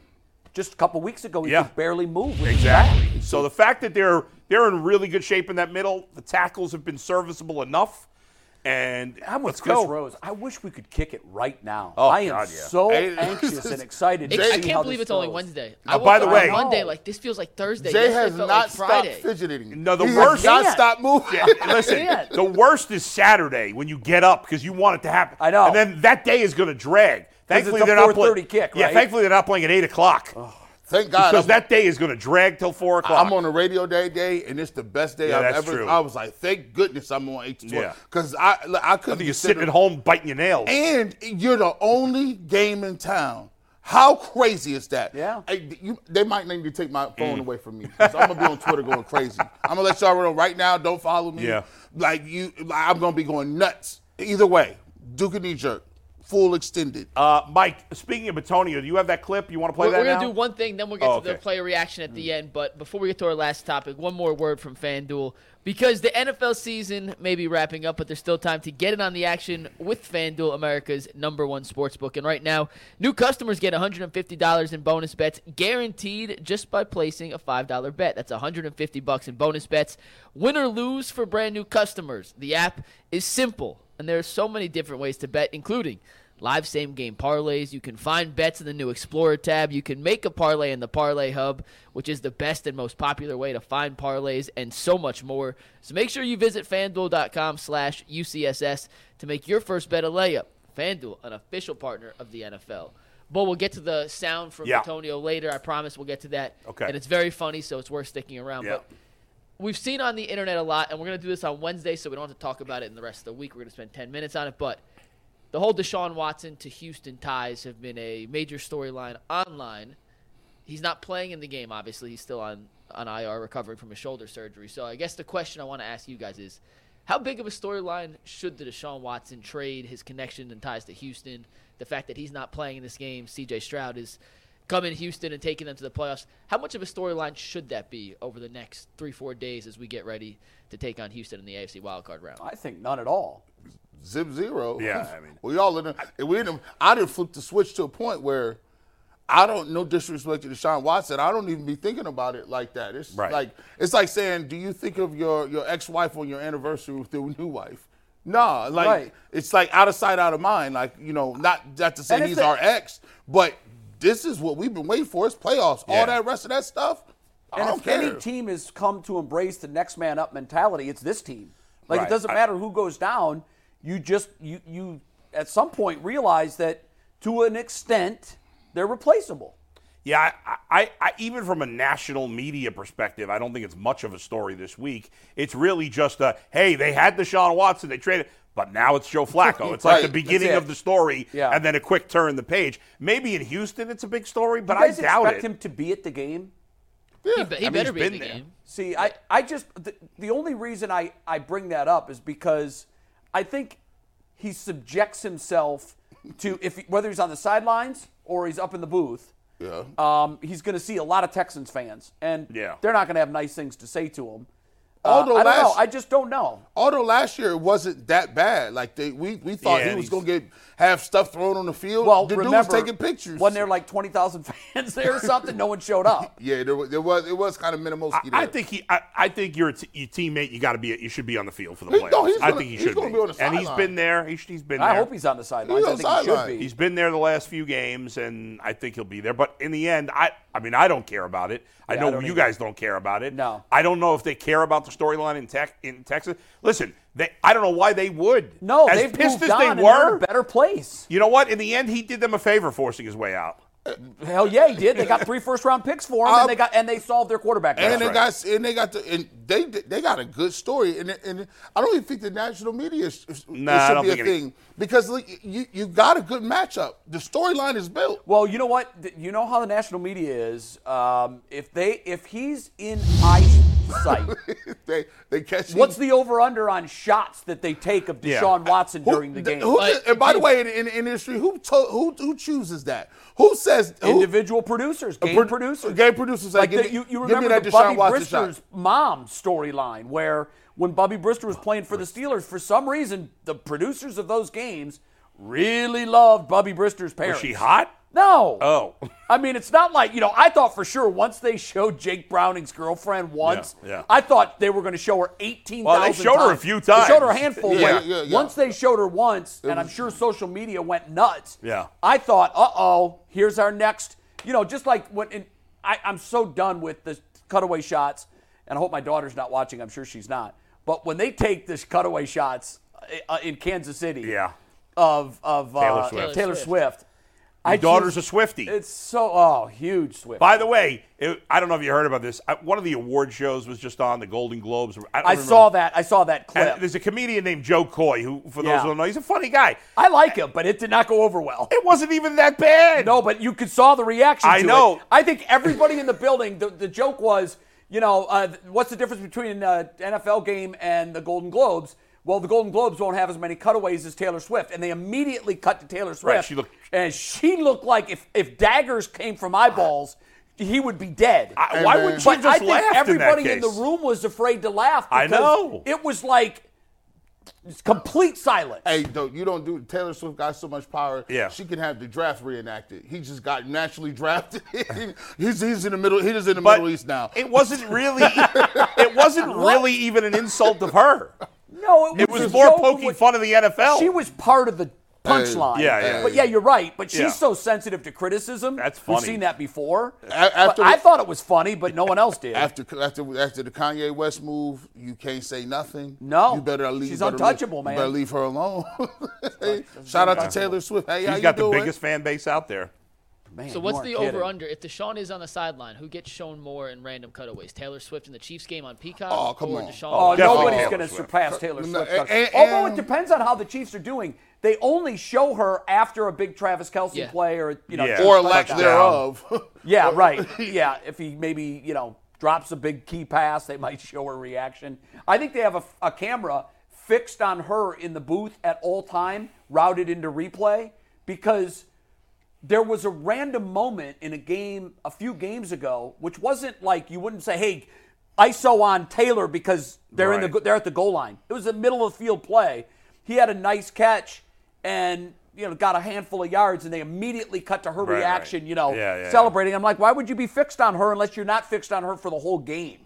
D: Just a couple weeks ago, he
E: Yeah.
D: could barely move. With His back.
E: Exactly. So the fact that they're they're in really good shape in that middle, the tackles have been serviceable enough, and
D: I'm with
E: let's
D: Chris
E: go.
D: Rose. I wish we could kick it right now.
E: Oh,
D: I am
E: God, yeah.
D: so
F: Hey,
D: anxious
F: this is-
D: and excited. to
F: Jay-
D: see
B: I
D: how
B: can't believe
D: this
B: it's only
D: goes.
B: Wednesday.
E: Uh,
B: I
E: by
B: woke
E: the
B: up
E: way-
B: on Monday, like this feels like Thursday.
F: Jay
B: Yesterday
F: has
B: felt
F: not
B: like
F: stopped
B: Friday.
F: fidgeting.
E: No, the
F: he
E: worst-
F: has not
D: Yeah.
F: stopped moving.
E: Yeah, listen,
D: can't.
E: the worst is Saturday when you get up because you want it to happen.
D: I know.
E: And then that day is going to drag. Thankfully,
D: it's a
E: they're not playing.
D: 4:30 kick,
E: Yeah,
D: right?
E: thankfully they're not playing at eight o'clock
F: Thank God.
E: because
F: I'm-
E: that day is going to drag till four o'clock.
F: I'm on a radio day day, and it's the best day
E: Yeah,
F: I've
E: that's
F: ever.
E: true.
F: I was like, thank goodness I'm on eight to twelve
E: Yeah.
F: because I look, I couldn't.
E: You're
F: consider-
E: sitting at home biting your nails.
F: and you're the only game in town. How crazy is that?
D: Yeah.
F: I- you- they might need to take my
E: Mm.
F: phone away from me. 'cause I'm gonna be on Twitter going crazy. I'm gonna let y'all know right now. Don't follow me.
E: Yeah.
F: Like you, like, I'm gonna be going nuts. Either way, Duke and knee jerk, full extended.
E: Uh, Mike, speaking of Antonio, do you have that clip? You want to play
B: We're,
E: that
B: we're
E: now?
B: gonna do one thing, then we'll get
E: Oh,
B: to the
E: okay.
B: player reaction at the end. But before we get to our last topic, one more word from FanDuel because the NFL season may be wrapping up, but there's still time to get in on the action with FanDuel, America's number one sports book. And right now, new customers get $150 in bonus bets guaranteed just by placing a $5 bet. That's 150 bucks in bonus bets. Win or lose for brand new customers. The app is simple, and there are so many different ways to bet, including live same game parlays. You can find bets in the new Explorer tab. You can make a parlay in the Parlay Hub, which is the best and most popular way to find parlays and so much more. So make sure you visit fanduel.com slash UCSS to make your first bet a layup. FanDuel, an official partner of the NFL. But we'll get to the sound from
E: Yeah.
B: Antonio later. I promise we'll get to that.
E: Okay.
B: And it's very funny, so it's worth sticking around.
E: Yeah.
B: But we've seen on the internet a lot, and we're going to do this on Wednesday, so we don't have to talk about it in the rest of the week. We're going to spend 10 minutes on it, but the whole Deshaun Watson to Houston ties have been a major storyline online. He's not playing in the game, obviously. He's still on, on IR recovering from his shoulder surgery. So I guess the question I want to ask you guys is how big of a storyline should the Deshaun Watson trade, his connection and ties to Houston, the fact that he's not playing in this game, CJ Stroud is coming to Houston and taking them to the playoffs. How much of a storyline should that be over the next three, four days as we get ready to take on Houston in the AFC wildcard round?
D: I think none at all.
F: Zip zero.
E: Yeah, I mean-
F: we all in. A, we in. A, I didn't flip the switch to a point where I don't. No disrespect to Deshaun Watson. I don't even be thinking about it like that. It's
E: Right.
F: like it's like saying, do you think of your your ex wife on your anniversary with your new wife? Nah, like
D: Right.
F: it's like out of sight, out of mind. Like you know, not not to
D: And
F: say
D: it's
F: he's
D: a-
F: our ex, but this is what we've been waiting for. It's playoffs.
E: Yeah.
F: All that rest of that stuff. I
D: And
F: don't
D: if
F: care.
D: any team has come to embrace the next man up mentality, it's this team. Like
E: Right.
D: it doesn't
E: I-
D: matter who goes down. You just you you at some point realize that to an extent they're replaceable.
E: Yeah, I, I, I even from a national media perspective, I don't think it's much of a story this week. It's really just a hey, they had Deshaun Watson, they traded, But now it's Joe Flacco. It's
F: Right,
E: like the
F: that's
E: beginning
D: it.
E: of the story,
D: Yeah.
E: and then a quick turn the page. Maybe in Houston it's a big story, but
D: You guys
E: I doubt
D: expect
E: it.
D: him to be at the game?
B: He, be- he
E: I mean,
B: better
E: he's
B: be in
E: been
B: the
E: there.
B: game.
D: See, I, I just the, the only reason I, I bring that up is because I think he subjects himself to if he- whether he's on the sidelines or he's up in the booth.
F: Yeah.
D: Um, he's going to see a lot of Texans fans, and
E: Yeah.
D: they're not going to have nice things to say to him.
F: Although
D: I don't know.
F: last-
D: I just don't know.
F: Although last year it wasn't that bad. Like they, we we thought
E: Yeah,
F: he was
E: he's-
F: gonna get have stuff thrown on the field.
D: Well,
F: the
D: remember,
F: dude was taking pictures.
D: Wasn't there like twenty thousand fans there or something? no one showed up.
F: yeah, there was, there was it was kind of minimal.
E: I, I think he. I, I think you're a t- your teammate. You got to be. You should be on the field for the
F: He-
E: playoffs.
F: no, he's
E: I
F: gonna-
E: think he
F: he's
E: should
F: gonna be on the
E: and he's
F: sideline.
E: been there. He's, he's been there.
D: I hope he's on the sidelines.
F: He's
D: I
F: on
D: think he should
F: sideline.
D: be.
E: Uh, He's been there the last few games, and I think he'll be there. But in the end, I I mean, I don't care about it. I know
D: don't
E: you
D: either.
E: guys don't care about it.
D: No.
E: I don't know if they care about the storyline in Tex in Texas. Listen, they, I don't know why they would.
D: no,
E: as
D: they've
E: pissed
D: moved
E: as
D: on
E: they
D: and they're in
E: were.
D: a better place.
E: You know what? In the end, he did them a favor, forcing his way out.
D: Hell yeah, he did. They got three first round picks for him,
F: Um,
D: and they got and they solved their quarterback.
F: And
D: battle.
F: they got and they got the and they they got a good story and and I don't even think the national media sh- it
E: Nah, I
F: should
E: don't
F: be a
E: think it-
F: thing because look, you you got a good matchup. The storyline is built.
D: Well, you know what? Th- You know how the national media is. Um, if they if he's in eyesight,
F: they they catch
D: what's the over under on shots that they take of
E: Yeah.
D: Deshaun Watson
F: who-
D: during the
F: th-
D: game?
F: who-
B: But-
F: and by the way, in, in the industry, who to, who who chooses that? Who says who,
D: Individual producers, game
F: pro-
D: producers,
F: game producers say,
D: Like
F: "Give
D: the-
F: me-
D: you, you
F: give me
D: remember
F: that
D: the Bobby
F: Deshaun Watson
D: Brister's
F: shot.
D: mom storyline, where when Bobby Brister was playing for the Steelers, for some reason the producers of those games really loved Bobby Brister's
E: Was
D: parents.
E: she hot?
D: No.
E: Oh,
D: I mean, it's not like, you know, I thought for sure once they showed Jake Browning's girlfriend once,
E: Yeah, yeah.
D: I thought they were going to show her 18,000
E: Well, they showed her a few times.
D: They showed her a handful.
F: Yeah,
D: like,
F: yeah, yeah.
D: Once they showed her once, and I'm sure social media went nuts.
E: Yeah.
D: I thought, uh-oh, here's our next, you know, just like when and I, I'm so done with the cutaway shots, and I hope my daughter's not watching. I'm sure she's not. But when they take this cutaway shots uh, in Kansas City
E: yeah.
D: of, of uh,
E: Taylor Swift.
D: Taylor
B: Swift.
D: Swift
E: My
D: I
E: daughter's
D: just-
E: a Swifty.
D: it's so oh huge Swift.
E: By the way, it, I don't know if you heard about this. I, one of the award shows was just on the Golden Globes. I, don't
D: I
E: remember-
D: saw that. I saw that
E: And
D: clip.
E: there's a comedian named Joe Coy who, for
D: Yeah.
E: those who don't know, he's a funny guy.
D: I like him, but it did not go over well.
E: It wasn't even that bad.
D: No, but you could saw the reaction.
E: I
D: to it.
E: know.
D: I think everybody in the building. The, the joke was, you know, uh, th- what's the difference between uh, NFL game and the Golden Globes? Well, the Golden Globes won't have as many cutaways as Taylor Swift, and they immediately cut to Taylor Swift.
E: she looked-
D: and she looked like if if daggers came from eyeballs, he would be dead.
E: I- why
F: Hey,
E: would you
F: man.
E: just
D: But I
E: laugh
D: think everybody
E: in, that
D: the
E: case?
D: room was afraid to laugh.
E: I
D: because
E: know.
D: It was like complete silence.
F: Hey, don't, you don't do. Taylor Swift got so much power.
E: Yeah.
F: she can have the draft reenacted. He just got naturally drafted. he's he's in the middle. He's in the
E: But
F: Middle East now.
E: It wasn't really. it wasn't really even an insult of her.
D: no, it was,
E: It was
D: just
E: more
D: so
E: poking
D: much-
E: fun of the NFL.
D: She was part of the punchline.
E: Yeah, yeah,
D: But
F: yeah.
D: yeah, you're right. But she's
E: Yeah.
D: so sensitive to criticism.
E: That's
D: We've
E: funny.
D: seen that before.
F: A- after-
D: But I thought it was funny, but no one else did.
F: after after after the Kanye West move, you can't say nothing.
D: No.
F: you better leave.
D: She's
F: you better
D: untouchable,
F: leave,
D: man.
F: You better leave her alone. Hey, shout out to Taylor Swift. Hey, how
E: She's
F: you
E: got the
F: doing?
E: biggest fan base out there.
D: Man,
B: So
D: you
B: what's
D: aren't
B: the
D: kidding.
B: over under? If Deshaun is on the sideline, who gets shown more in random cutaways? Taylor Swift in the Chiefs game on Peacock
F: Oh, come
B: or
F: on.
B: Deshaun?
D: Oh,
E: Definitely
D: nobody's
E: Taylor
D: going to
E: Swift.
D: surpass Taylor
F: No,
D: Swift.
F: and- and-
D: Although it
F: and-
D: depends on how the Chiefs are doing. They only show her after a big Travis Kelsey
B: Yeah.
D: play, or you know,
E: Yeah.
D: Chiefs
F: or
D: play
F: lack
D: down.
F: thereof.
D: Yeah, right. Yeah, if he maybe you know drops a big key pass, they might show her reaction. I think they have a, a camera fixed on her in the booth at all time, routed into replay because there was a random moment in a game a few games ago, which wasn't like you wouldn't say, "Hey, ISO on Taylor because they're in the
E: Right.
D: go- they're at the goal line." It was a middle of the field play. He had a nice catch and you know got a handful of yards, and they immediately cut to her
E: Right,
D: reaction.
E: right.
D: You know,
E: Yeah, yeah, yeah.
D: celebrating. I'm like, why would you be fixed on her unless you're not fixed on her for the whole game?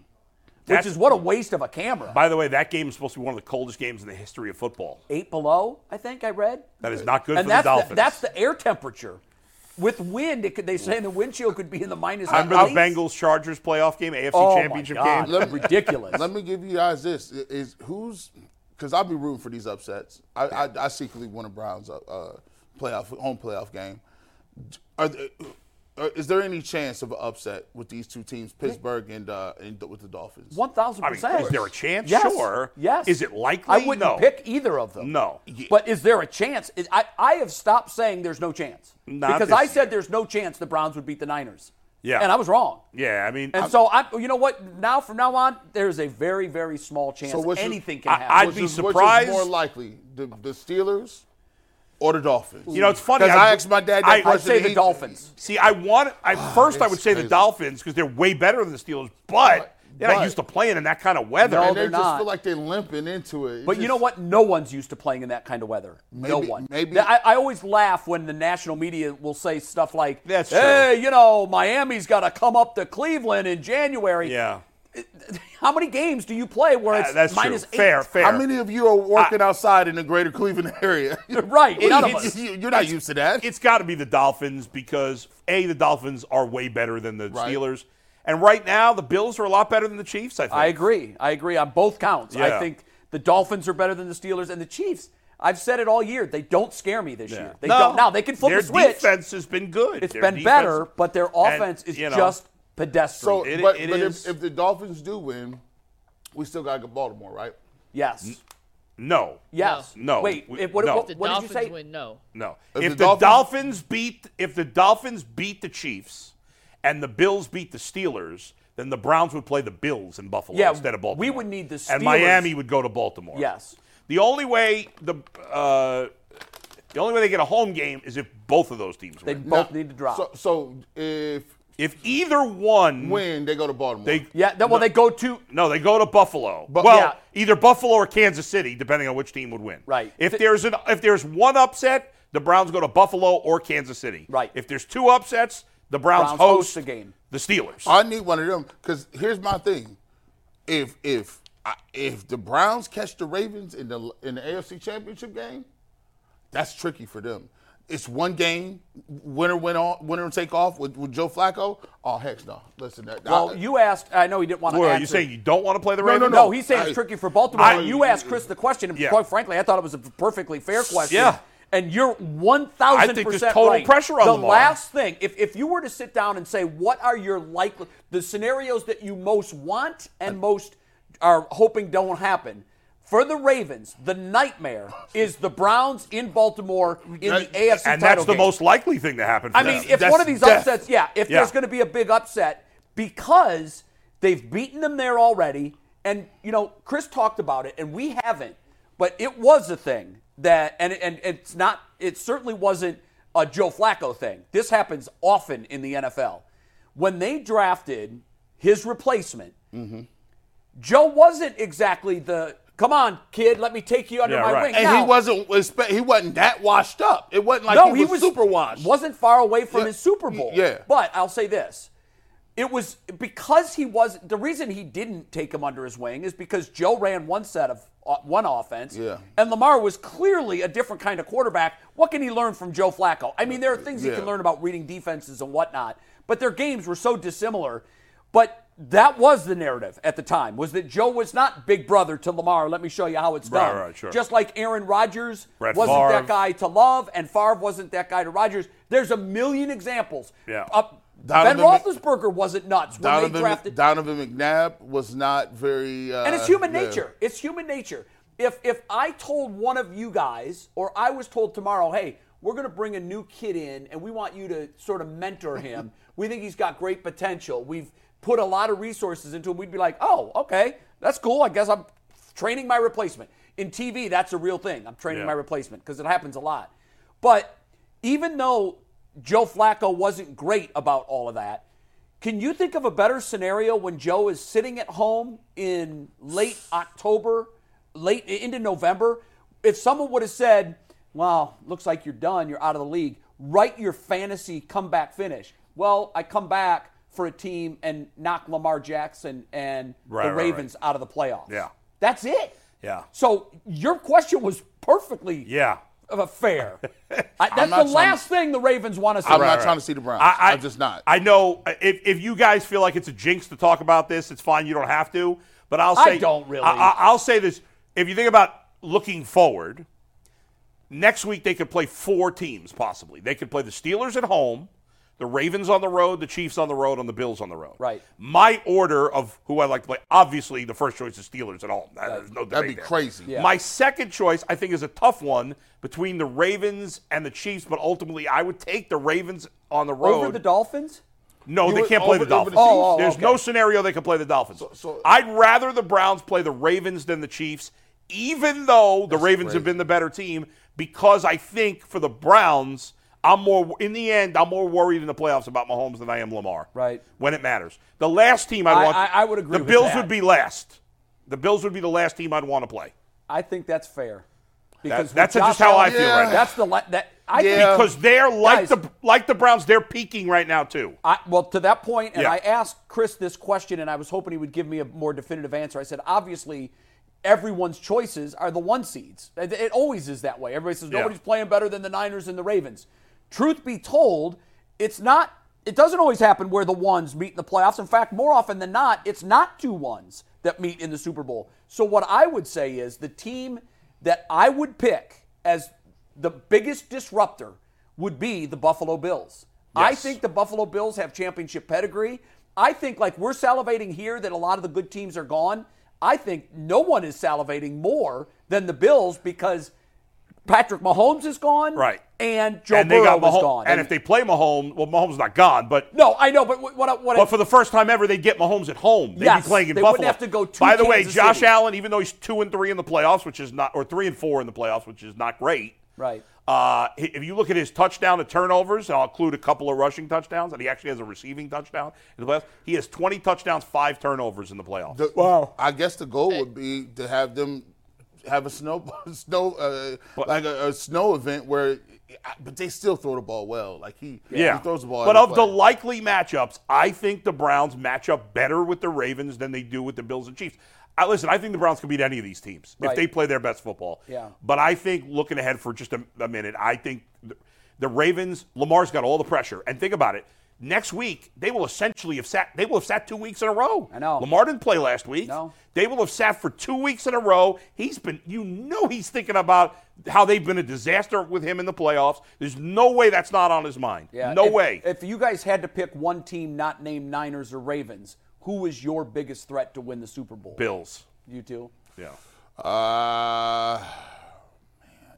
D: Which
E: That's-
D: is what a waste of a camera.
E: By the way, that game is supposed to be one of the coldest games in the history of football.
D: Eight below, I think I read.
E: That is not good
D: and
E: for
D: that's
E: the Dolphins.
D: that's the air temperature. With wind, it could, they say the windshield could be in the minus.
E: Remember the
D: 90s?
E: Bengals Chargers playoff game, AFC
D: oh
E: Championship
D: my God.
E: game?
D: That's ridiculous.
F: Let me give you guys this: I- is who's because I'll be rooting for these upsets. I I, I secretly want a Browns uh, uh, playoff home playoff game. Are the, uh, is there any chance of an upset with these two teams, Pittsburgh and uh, and with the Dolphins?
D: One thousand
E: I mean,
D: percent.
E: is there a chance?
D: Yes.
E: Sure.
D: Yes.
E: Is it likely?
D: I wouldn't
E: No.
D: pick either of them.
E: No.
D: But is there a chance? Is- I, I have stopped saying there's no chance
E: Not
D: because
E: this
D: I said
E: year.
D: there's no chance the Browns would beat the Niners.
E: Yeah.
D: And I was wrong.
E: Yeah, I mean,
D: And
E: I'm-
D: so I, you know what? Now from now on, there is a very very small chance
F: So what's your-
D: anything can
E: I-
D: happen.
E: I'd
F: Which
E: be
F: is-
E: surprised-
F: Which is more likely, the, the Steelers or the Dolphins?
E: You know, it's funny.
F: 'Cause I, asked my dad that
E: I- I'd
D: I'd
F: question.
D: say
F: he-
D: the Dolphins.
E: See, I want. I first, I would
F: it's
E: say the
F: crazy.
E: Dolphins because they're way better than the Steelers, but they're not
F: But-
E: used to playing in that kind of weather.
D: No,
F: And they
D: they're
F: just
D: not.
F: feel like they're limping into it. It
D: But you
F: just-
D: know what? No one's used to playing in that kind of weather. no
F: Maybe-
D: one.
F: maybe-
D: I, I always laugh when the national media will say stuff like,
E: That's true.
D: "Hey, you know, Miami's got to come up to Cleveland in January."
E: yeah,
D: How many games do you play where
E: Uh,
D: it's
E: that's
D: minus
E: true.
D: eight?
E: Fair, fair.
F: How many of you are working outside in the greater Cleveland area?
D: Right.
F: Well,
D: none of
F: it's-
D: us.
F: you- You're not used to that.
E: it's got to be the Dolphins because a the Dolphins are way better than the
F: Right.
E: Steelers, and right now the Bills are a lot better than the Chiefs. I think.
D: I agree. I agree on both counts. I
E: Yeah.
D: think the Dolphins are better than the Steelers and the Chiefs. I've said it all year. They don't scare me this year. They
E: No.
D: don't. Now they can flip
E: Their
D: the switch.
E: defense has been good.
D: it's
E: Their
D: been
E: defense-
D: better, but their
E: and,
D: offense is
E: you know,
D: just pedestrian.
F: so,
E: it-
F: but,
E: it
F: but
E: is-
F: if, if the Dolphins do win, we still got to get Baltimore, right?
D: yes.
E: no,
D: Yes.
E: No.
D: Wait.
E: We-
D: if- what,
E: no.
D: what-
B: The
D: what did you
B: Dolphins
D: say?
B: win. No.
E: no.
F: If
E: If,
F: the
E: the,
F: Dolphins-
E: Dolphins, beat, if the Dolphins beat the Chiefs, and the Bills beat the Steelers. Then the Browns would play the Bills in Buffalo
D: Yeah,
E: instead of
D: we
E: Baltimore.
D: would need the
E: and
D: Steelers-
E: Miami would go to Baltimore.
D: Yes.
E: The only way the uh, the only way they get a home game is if both of those teams
D: They
E: win.
D: both
F: Now,
D: need to drop.
F: So, so if
E: if either one
F: win, they go to Baltimore.
E: they
D: yeah. That, well, they go to.
E: no, they go to Buffalo.
F: Bu-
E: well,
D: yeah.
E: either Buffalo or Kansas City, depending on which team would win.
D: Right.
E: If
D: Th-
E: there's an if there's one upset, the Browns go to Buffalo or Kansas City.
D: Right.
E: If there's two upsets, the Browns,
D: Browns host
E: host
D: the game.
E: The Steelers.
F: I need one of them because here's my thing: if if I, if the Browns catch the Ravens in the in the AFC Championship game, that's tricky for them. It's one game, winner win all, winner and take off with, with Joe Flacco. Oh heck no! Listen, that,
D: Well,
F: I-
D: you asked. I know he didn't want to
E: Well,
D: answer.
E: are you saying you don't want to play the Ravens?
D: no,
F: no.
D: he's saying
F: I-
D: it's tricky for Baltimore.
E: I-
D: you asked Chris the question, and
E: Yeah.
D: quite frankly, I thought it was a perfectly fair question.
E: Yeah.
D: And you're 1,000
E: I think there's
D: percent
E: total
D: right.
E: pressure on
D: The
E: them all.
D: last thing, if, if you were to sit down and say, what are your likely, the scenarios that you most want and most are hoping don't happen, for the Ravens, the nightmare is the Browns in Baltimore in the
F: Right.
D: AFC
E: Uh,
D: title
E: And that's the
D: game.
E: most likely thing to happen. For
D: I mean,
E: them.
D: if
E: That's
D: one of these
E: death.
D: upsets, yeah, if
E: Yeah.
D: there's going to be a big upset because they've beaten them there already, and you know, Chris talked about it, and we haven't, but it was a thing that, and and it's not, it certainly wasn't a Joe Flacco thing. This happens often in the NFL when they drafted his replacement.
E: Mm-hmm.
D: Joe wasn't exactly the come on kid, let me take you under
E: Yeah,
D: my
E: right.
D: wing.
F: and
D: Now-
F: he wasn't expe- he wasn't that washed up. It wasn't like he, was super washed.
D: Wasn't far away from
F: Yeah.
D: his Super Bowl.
F: Yeah.
D: But I'll say this. It was because he was the reason he didn't take him under his wing is because Joe ran one set of uh, one offense,
F: Yeah.
D: and Lamar was clearly a different kind of quarterback. What can he learn from Joe Flacco? I mean, there are things
F: Yeah.
D: he can learn about reading defenses and whatnot, but their games were so dissimilar. But that was the narrative at the time was that Joe was not big brother to Lamar. Let me show you how it's
E: Right,
D: done.
E: right, sure.
D: Just like Aaron Rodgers
E: Brett
D: wasn't
E: Favre.
D: that guy to Love, and Favre wasn't that guy to Rodgers. There's a million examples.
E: Yeah.
D: Uh, ben
F: Donovan Mc-
D: Roethlisberger wasn't nuts when they
F: Donovan,
D: drafted,
F: Donovan McNabb was not very. Uh,
D: and it's human
F: yeah.
D: nature. It's human nature. If if I told one of you guys, or I was told tomorrow, hey, we're going to bring a new kid in, and we want you to sort of mentor him. we think he's got great potential. We've put a lot of resources into him. We'd be like, oh, okay, that's cool. I guess I'm training my replacement. In TV, that's a real thing. I'm training
E: Yeah.
D: my replacement because it happens a lot. But even though Joe Flacco wasn't great about all of that, can you think of a better scenario when Joe is sitting at home in late October, late into November? If someone would have said, Well, looks like you're done, you're out of the league, write your fantasy comeback finish. Well, I come back for a team and knock Lamar Jackson and
E: Right,
D: the
E: right, right.
D: Ravens out of the playoffs.
E: Yeah.
D: That's it.
E: Yeah.
D: So your question was perfectly
E: yeah.
D: uh, fair. I,
F: not
D: that's the
F: trying-
D: last thing the Ravens want to see.
F: I'm not trying to see the Browns.
E: I, I,
F: am just not.
E: I know if, if you guys feel like it's a jinx to talk about this, it's fine. You don't have to. But I'll
D: I
E: say
D: don't really.
E: I, will say this: if you think about looking forward, next week they could play four teams possibly. They could play the Steelers at home, the Ravens on the road, the Chiefs on the road, and the Bills on the road.
D: Right.
E: My order of who I like to play, obviously the first choice is Steelers at home. That, there's no debate
F: That'd be
E: there.
F: crazy. Yeah.
E: My second choice, I think, is a tough one between the Ravens and the Chiefs, but ultimately I would take the Ravens on the road.
D: Over the Dolphins?
E: No,
F: You
E: they
F: would-
E: can't play
F: over-
E: the Dolphins.
F: over the Chiefs?
D: Oh, oh,
E: There's
D: okay.
E: no scenario they can play the Dolphins.
F: so-
E: I'd rather the Browns play the Ravens than the Chiefs, even though the Ravens have been the better team, because I think for the Browns, I'm more in the end, I'm more worried in the playoffs about Mahomes than I am Lamar.
D: Right.
E: When it matters. The last team I'd
D: I-
E: want
D: I- I would agree
E: The
D: with
E: Bills
D: that.
E: would be last. The Bills would be the last team I'd want to play.
D: I think that's fair. with
E: that's
D: Josh
E: just how I
D: Allen-
E: feel right now.
D: That's the li- that I
F: Yeah.
D: think
E: Because they're like
D: Guys. Uh,
E: the like the Browns, they're peaking right now too.
D: I, well, to that point, and
E: Yeah.
D: I asked Chris this question, and I was hoping he would give me a more definitive answer. I said, obviously, everyone's choices are the one seeds. It, it always is that way. Everybody says
E: Yeah.
D: nobody's playing better than the Niners and the Ravens. Truth be told, it's not. It doesn't always happen where the ones meet in the playoffs. In fact, more often than not, it's not two ones that meet in the Super Bowl. So what I would say is the team that I would pick as the biggest disruptor would be the Buffalo Bills. I
E: Yes.
D: think the Buffalo Bills have championship pedigree. I think, like, we're salivating here that a lot of the good teams are gone. I think no one is salivating more than the Bills because Patrick Mahomes is gone.
E: Right.
D: And Joe
E: and they got
D: Burrow is
E: Mahomes.
D: gone.
E: And if they play Mahomes, well, Mahomes not gone, but
D: no, I know, but what, what, I- what I-
E: But for the first time ever, they get Mahomes at home. They'd
D: Yes,
E: be playing in
D: they
E: Buffalo.
D: wouldn't have to go to
E: By the way,
D: Kansas
E: Josh
D: City.
E: Allen, even though he's two and three in the playoffs, which is not, or three and four in the playoffs, which is not great.
D: Right.
E: Uh, hi- if you look at his touchdown to turnovers, and I'll include a couple of rushing touchdowns, and he actually has a receiving touchdown in the playoffs. He has 20 touchdowns, five turnovers in the playoffs.
F: The- I guess the goal would be to have them have a snow snow uh, like a, a snow event where, but they still throw the ball well. Like he,
E: yeah.
F: he throws the ball.
E: but of
F: every
E: the
F: play.
E: likely matchups, I think the Browns match up better with the Ravens than they do with the Bills and Chiefs. I, listen, I think the Browns could beat any of these teams if
D: Right.
E: they play their best football.
D: Yeah.
E: But I think looking ahead for just a, a minute, I think the, the Ravens, Lamar's got all the pressure. And think about it. Next week, they will essentially have sat. They will have sat two weeks in a row.
D: I know.
E: Lamar didn't play last week.
D: No.
E: They will have sat for two weeks in a row. He's been, you know, he's thinking about how they've been a disaster with him in the playoffs. There's no way that's not on his mind.
D: Yeah,
E: No
D: if-
E: way.
D: If you guys had to pick one team not named Niners or Ravens, who is your biggest threat to win the Super Bowl?
E: Bills.
D: You two?
E: Yeah.
F: uh,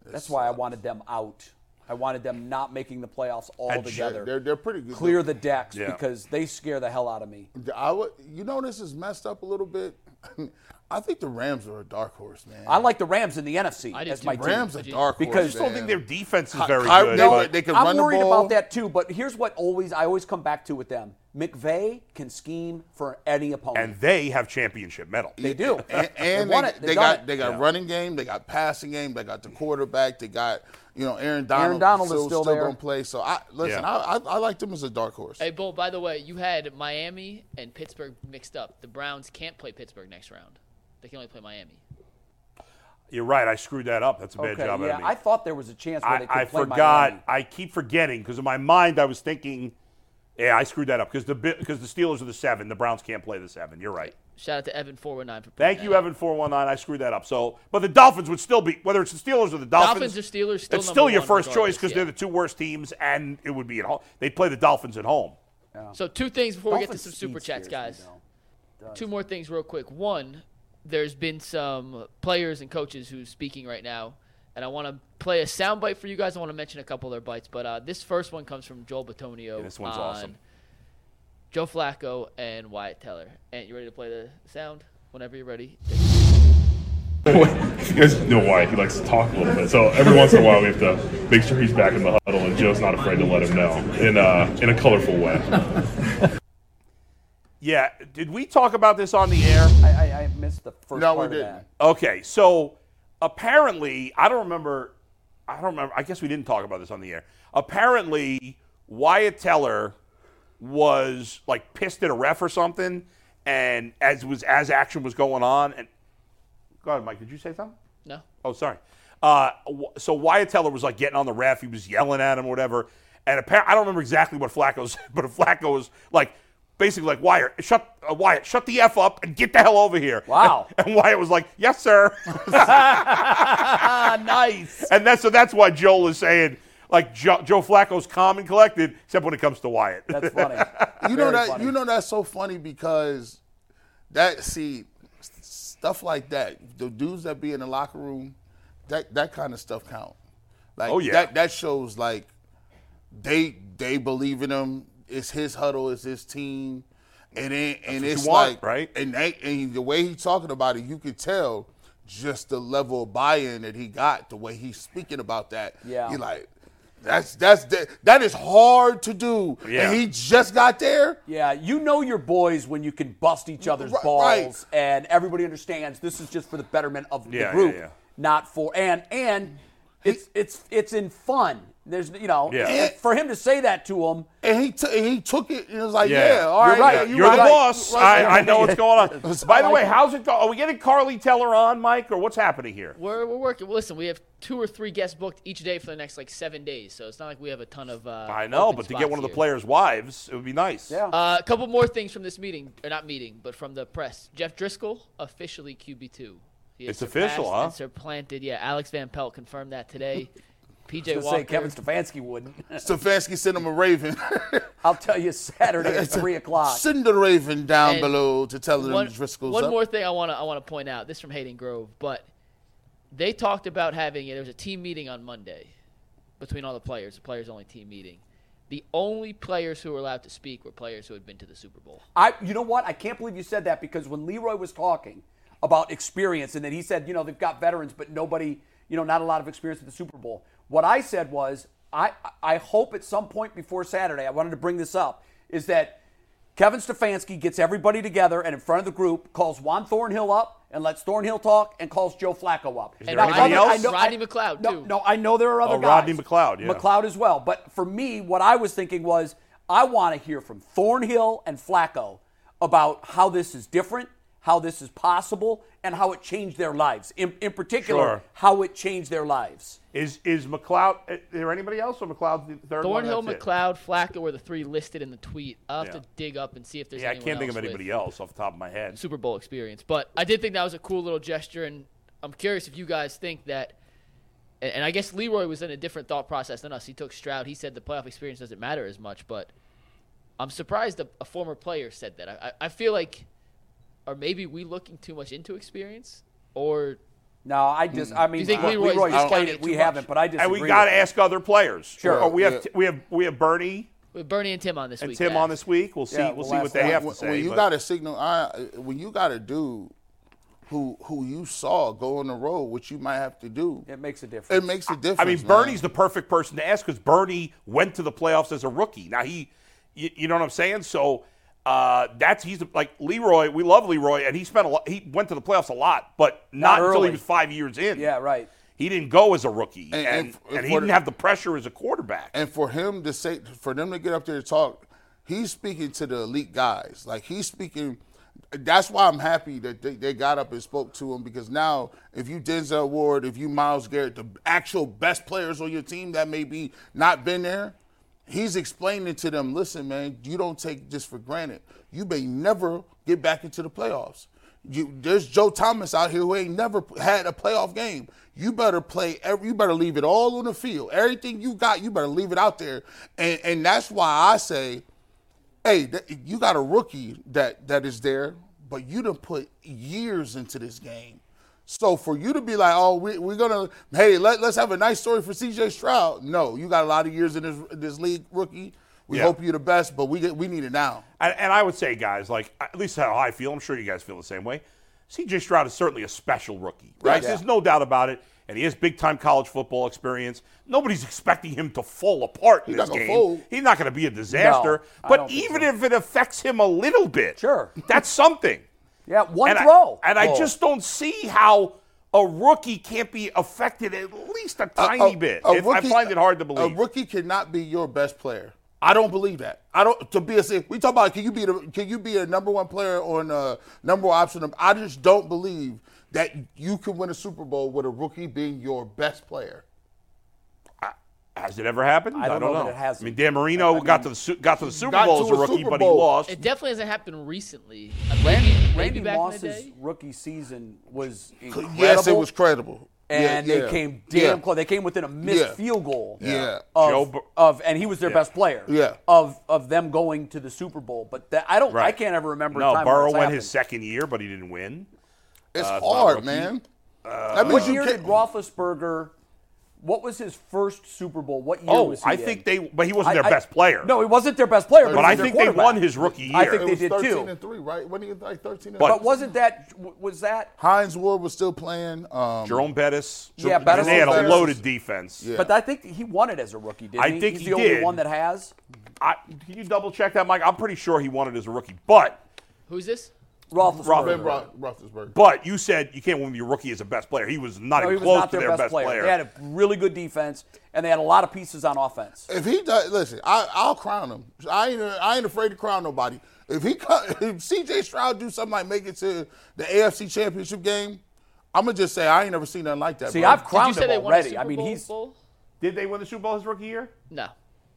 D: That's why I wanted them out. I wanted them not making the playoffs all together.
F: they're they're pretty good.
D: Clear the decks
E: Yeah.
D: because they scare the hell out of me.
F: I would, you know, this is messed up a little bit. I think the Rams are a dark horse, man.
D: I like the Rams in the NFC
B: I do
D: as
B: too.
D: my team.
F: Rams a dark horse
D: Because-
E: I don't think
F: man.
E: their defense is very
F: Ky-
E: good.
F: they-
E: but-
F: they can
D: I'm
F: run the
D: worried
F: ball.
D: about that too. But here's what always I always come back to with them: McVay can scheme for any opponent.
E: and they have championship medal.
D: they do.
F: and, and
D: they, won
F: they,
D: it.
F: they
D: done
F: got
D: it.
F: they got running game, they got passing game, they got the quarterback, they got you know Aaron Donald.
D: Donald is still there.
F: gonna play. So I listen,
E: Yeah.
F: I, I I like them as a dark horse.
B: Hey, Bull, by the way, you had Miami and Pittsburgh mixed up. The Browns can't play Pittsburgh next round. They can only play Miami.
E: You're right. I screwed that up. That's a bad
D: Okay,
E: job
D: yeah,
E: out of me.
D: I thought there was a chance where
E: I,
D: they could
E: I
D: play
E: forgot.
D: Miami.
E: I keep forgetting because in my mind I was thinking, yeah, I screwed that up because the because the Steelers are the seven. The Browns can't play the seven. You're right.
B: Shout out to Evan four one nine for putting
E: Thank
B: that
E: you,
B: up.
E: Evan four one nine. I screwed that up. So, but the Dolphins would still be whether it's the Steelers or the Dolphins.
B: Dolphins or Steelers, still
E: it's
B: number
E: still your
B: one
E: first choice
B: regardless,
E: because
B: yeah.
E: they're the two worst teams, and it would be at home. They play the Dolphins at home.
B: So two things before we get
D: Dolphins
B: to some super
D: seed
B: chats,
D: scares me,
B: guys.
D: though.
B: Two more things real quick. One, there's been some players and coaches who's speaking right now, and I want to play a soundbite for you guys. I want to mention a couple of their bites, but uh, this first one comes from Joel Batonio.
E: Yeah, this one's
B: on
E: awesome.
B: Joe Flacco and Wyatt Teller. And you ready to play the sound? Whenever you're ready.
G: you guys know why he likes to talk a little bit. So every once in a while, we have to make sure he's back in the huddle, and Joe's not afraid to let him know in uh, in a colorful way.
E: Yeah. Did we talk about this on the air?
D: I, I, I missed the first
F: No, we
D: part of
F: didn't.
D: that.
E: Okay, so apparently, I don't remember. I don't remember. I guess we didn't talk about this on the air. Apparently, Wyatt Teller was like pissed at a ref or something, and as was as action was going on, and go ahead, Mike. Did you say something?
B: No.
E: Oh, sorry. Uh, wh- so Wyatt Teller was like getting on the ref. He was yelling at him, or whatever. And apparently, I don't remember exactly what Flacco said, but Flacco was like, basically like, Wyatt, shut, uh, Wyatt, shut the f up and get the hell over here.
D: Wow.
E: And, and Wyatt was like, yes, sir.
D: Ah, nice.
E: and that's so that's why Joel is saying. like jo- Joe Flacco's calm and collected, except when it comes to Wyatt.
D: That's funny.
F: you know
D: Very
F: that
D: funny.
F: you know that's so funny because that see s- stuff like that the dudes that be in the locker room that that kind of stuff count like
E: Oh, yeah.
F: that that shows like they they believe in him it's his huddle it's his team and it, and
E: what you
F: it's
E: want,
F: like
E: right?
F: and they, and the way he's talking about it you could tell just the level of buy-in that he got the way he's speaking about that
D: Yeah.
F: you like that's that's that, that is hard to do
E: Yeah.
F: and he just got there
D: Yeah, you know your boys when you can bust each other's
F: Right,
D: balls,
F: right.
D: and everybody understands this is just for the betterment of
E: Yeah, yeah,
D: the group,
E: yeah.
D: not for and and it's it's it's in fun. There's you know
E: Yeah.
D: and for him to say that to him.
F: and he t- and he took it and it was like,
E: Yeah.
F: yeah, all
D: You're
F: right,
D: right.
F: yeah,
E: You're
F: you
E: the
F: right.
E: boss.
F: You right.
E: I, I know what's going on. By the
D: I
E: way,
D: like it.
E: how's it going? Are we getting Carly Teller on, Mike, or what's happening here?
B: We're, we're working. Well, listen, we have two or three guests booked each day for the next like seven days, so it's not like we have a ton of. Uh,
E: I know,
B: open
E: but to
B: spots
E: get one of the
B: here.
E: players' wives, it would be nice.
D: Yeah.
B: Uh, a couple more things from this meeting, or not meeting, but from the press. Jeff Driscoll officially QB two.
E: It's official, huh?
B: And supplanted, yeah. Alex Van Pelt confirmed that today. PJ
D: to
B: Walker.
D: say Kevin Stefanski wouldn't.
F: Stefanski sent him a raven.
D: I'll tell you Saturday at three o'clock.
F: Send the raven down
B: And
F: below to tell them
B: one,
F: Driscoll's
B: one
F: up.
B: more thing I want to I want to point out. This from Hayden Grove, but they talked about having there was a team meeting on Monday between all the players, a players only team meeting. The only players who were allowed to speak were players who had been to the Super Bowl.
D: I, you know what? I can't believe you said that because when Leroy was talking about experience and then he said, you know, they've got veterans, but nobody, you know, not a lot of experience at the Super Bowl. What I said was, I, I hope at some point before Saturday, I wanted to bring this up, is that Kevin Stefanski gets everybody together and in front of the group calls Juan Thornhill up and lets Thornhill talk and calls Joe Flacco up.
E: there
D: Now,
E: anybody
D: other- I
E: else?
D: know- I-
B: Rodney McLeod,
D: no,
B: too.
D: No, I know there are other
E: Oh,
D: guys.
E: Rodney McLeod, yeah.
D: McLeod as well. But for me, what I was thinking was I want to hear from Thornhill and Flacco about how this is different, how this is possible, and how it changed their lives. In, in particular,
E: Sure.
D: how it changed their lives.
E: Is is McLeod? eh, Is there anybody else, or McLeod's the third one?
B: Thornhill,
E: That's it.
B: McLeod, Flacco were the three listed in the tweet. I'll have
E: Yeah.
B: to dig up and see if there's
E: Yeah, I
B: anyone
E: can't think
B: else
E: of anybody
B: with
E: else off the top of my head.
B: Super Bowl experience. But I did think that was a cool little gesture, and I'm curious if you guys think that. And and I guess Leroy was in a different thought process than us. He took Stroud. He said the playoff experience doesn't matter as much, but I'm surprised a, a former player said that. I, I I feel like, or maybe we looking too much into experience, or
D: No, I just, I mean,
B: you think
D: look,
B: Leroy's
D: Leroy's
B: discounting
D: played
B: it
D: it. We
B: too much?
D: haven't, but I disagree.
E: Hmm. And we
D: with
E: got to
D: you.
E: ask other players.
D: Sure.
E: Or we have
F: Yeah.
E: t- we have we have Bernie
B: with Bernie and Tim on this
E: and
B: week.
E: Tim
B: yeah.
E: on this week. We'll see.
D: Yeah,
E: we'll
D: the
E: see what
D: last
E: they
D: one.
E: have
F: when,
E: to say.
F: when you
E: but-
F: got a signal, I, when you got a dude who who you saw go on the road, which you might have to do,
D: It makes a difference.
F: it makes a difference.
E: I mean,
F: man.
E: Bernie's the perfect person to ask because Bernie went to the playoffs as a rookie. Now he, you, you know what I'm saying? So uh, that's he's the- like Leroy. We love Leroy, and he spent a lot. He went to the playoffs a lot, but not,
D: Not
E: until he
D: early.
E: was five years in.
D: yeah, right.
E: He didn't go as a rookie, and
F: And-
E: and,
F: and f-
E: he
F: for-
E: didn't have the pressure as a quarterback.
F: and for him to say for them to get up there to talk he's speaking to the elite guys like he's speaking that's why i'm happy that they, they got up and spoke to him because now if you denzel ward if you miles garrett the actual best players on your team that may be not been there he's explaining to them listen man you don't take this for granted you may never get back into the playoffs you, there's Joe Thomas out here who ain't never p- had a playoff game. You better play. Every, you better leave it all on the field. Everything you got, you better leave it out there. And and that's why I say, hey, th- you got a rookie that that is there, but you done put years into this game. So for you to be like, oh, we, we're gonna, hey, let, let's have a nice story for C.J. Stroud. No, you got a lot of years in this this league, rookie. We
E: Yeah.
F: hope you're the best, but we get, we need it now.
E: And, and I would say, guys, like at least how I feel, I'm sure you guys feel the same way. C.J. Stroud is certainly a special rookie, right? There's no doubt about it, and he has big-time college football experience. Nobody's expecting him to fall apart in
F: He's
E: this
F: not gonna
E: game.
F: fold.
E: He's not going to be a disaster,
D: I
E: but
D: don't think
E: even
D: so.
E: if it affects him a little bit,
D: Sure.
E: that's something.
D: Yeah, one
E: and I-
D: throw.
E: and I,
D: Oh.
E: just don't see how a rookie can't be affected at least a tiny bit. It- I find it hard to believe.
F: A rookie cannot be your best player. I don't believe that. I don't to be a we talk about can you be the, can you be a number one player or a number one option? I just don't believe that you can win a Super Bowl with a rookie being your best player.
E: Has it ever happened? I
D: don't know that
E: know.
D: it hasn't.
E: I mean, Dan Marino got to the Su- got to the Super
F: got
E: Bowl
F: to
E: as a
F: a
E: rookie,
F: Super
E: but he
F: Bowl.
E: lost.
B: It definitely hasn't happened recently. Maybe, maybe
D: Randy
B: back in the
D: Moss's
B: day.
D: rookie season was incredible.
F: Yes, it was credible.
D: and
F: Yeah,
D: they
F: yeah.
D: came damn
F: Yeah.
D: close. They came within a missed
F: Yeah.
D: field goal.
F: Yeah.
D: Of,
E: Joe Bur-
D: of and he was their best player.
F: Yeah.
D: Of of them going to the Super Bowl, but that, I don't. I
E: Right.
D: can't ever remember. a
E: No,
D: time when
E: Burrow
D: that's
E: went
D: happened.
E: his second year, but he didn't win.
F: It's
E: Uh, it's not
F: hard,
E: rookie.
F: man. I mean,
D: What
F: you
D: year
F: can't-
D: did Roethlisberger? What was his first Super Bowl? What year
E: Oh,
D: was he
E: I
D: in?
E: think they, but he wasn't
D: I-
E: their
D: I-
E: best player.
D: No, he wasn't their best player, but,
E: but
D: he
E: I
D: was their
E: think they
D: quarterback.
E: won his rookie year.
D: I think
F: it
D: they
F: was
D: did
F: 13
D: too.
F: and three, right? When he like 13 and
E: But-
D: But wasn't that was that?
F: Hines Ward was still playing. Um,
E: Jerome Bettis.
D: Yeah,
E: and
D: Bettis
E: They had
D: was
E: a
D: better.
E: loaded defense.
D: But I think he won it as a rookie. Didn't
E: I
D: he?
E: think
D: He's
E: he
D: the only
E: did.
D: one that has
E: I, can you double check that, Mike? I'm pretty sure he won it as a rookie. But
B: Who's this?
D: Roethlisberger.
E: Robert
F: Ben Ro- Roethlisberger.
E: but you said you can't win your rookie as a best player. He was not
D: No, he
E: even
D: was
E: close
D: not
E: to
D: their,
E: their
D: best, player. They had a really good defense, and they had a lot of pieces on offense.
F: If he does, listen, I, I'll crown him. I ain't, I ain't afraid to crown nobody. If he, co- if CJ Stroud do something like make it to the AFC Championship game, I'm gonna just say I ain't never seen nothing like that.
D: See,
F: bro.
D: I've
B: Did you
D: crowned
B: say
D: him
B: they won a
D: already.
B: Super
D: I mean,
B: Bowl,
D: he's.
B: Bowl?
E: Did they win the Super Bowl his rookie year?
B: No.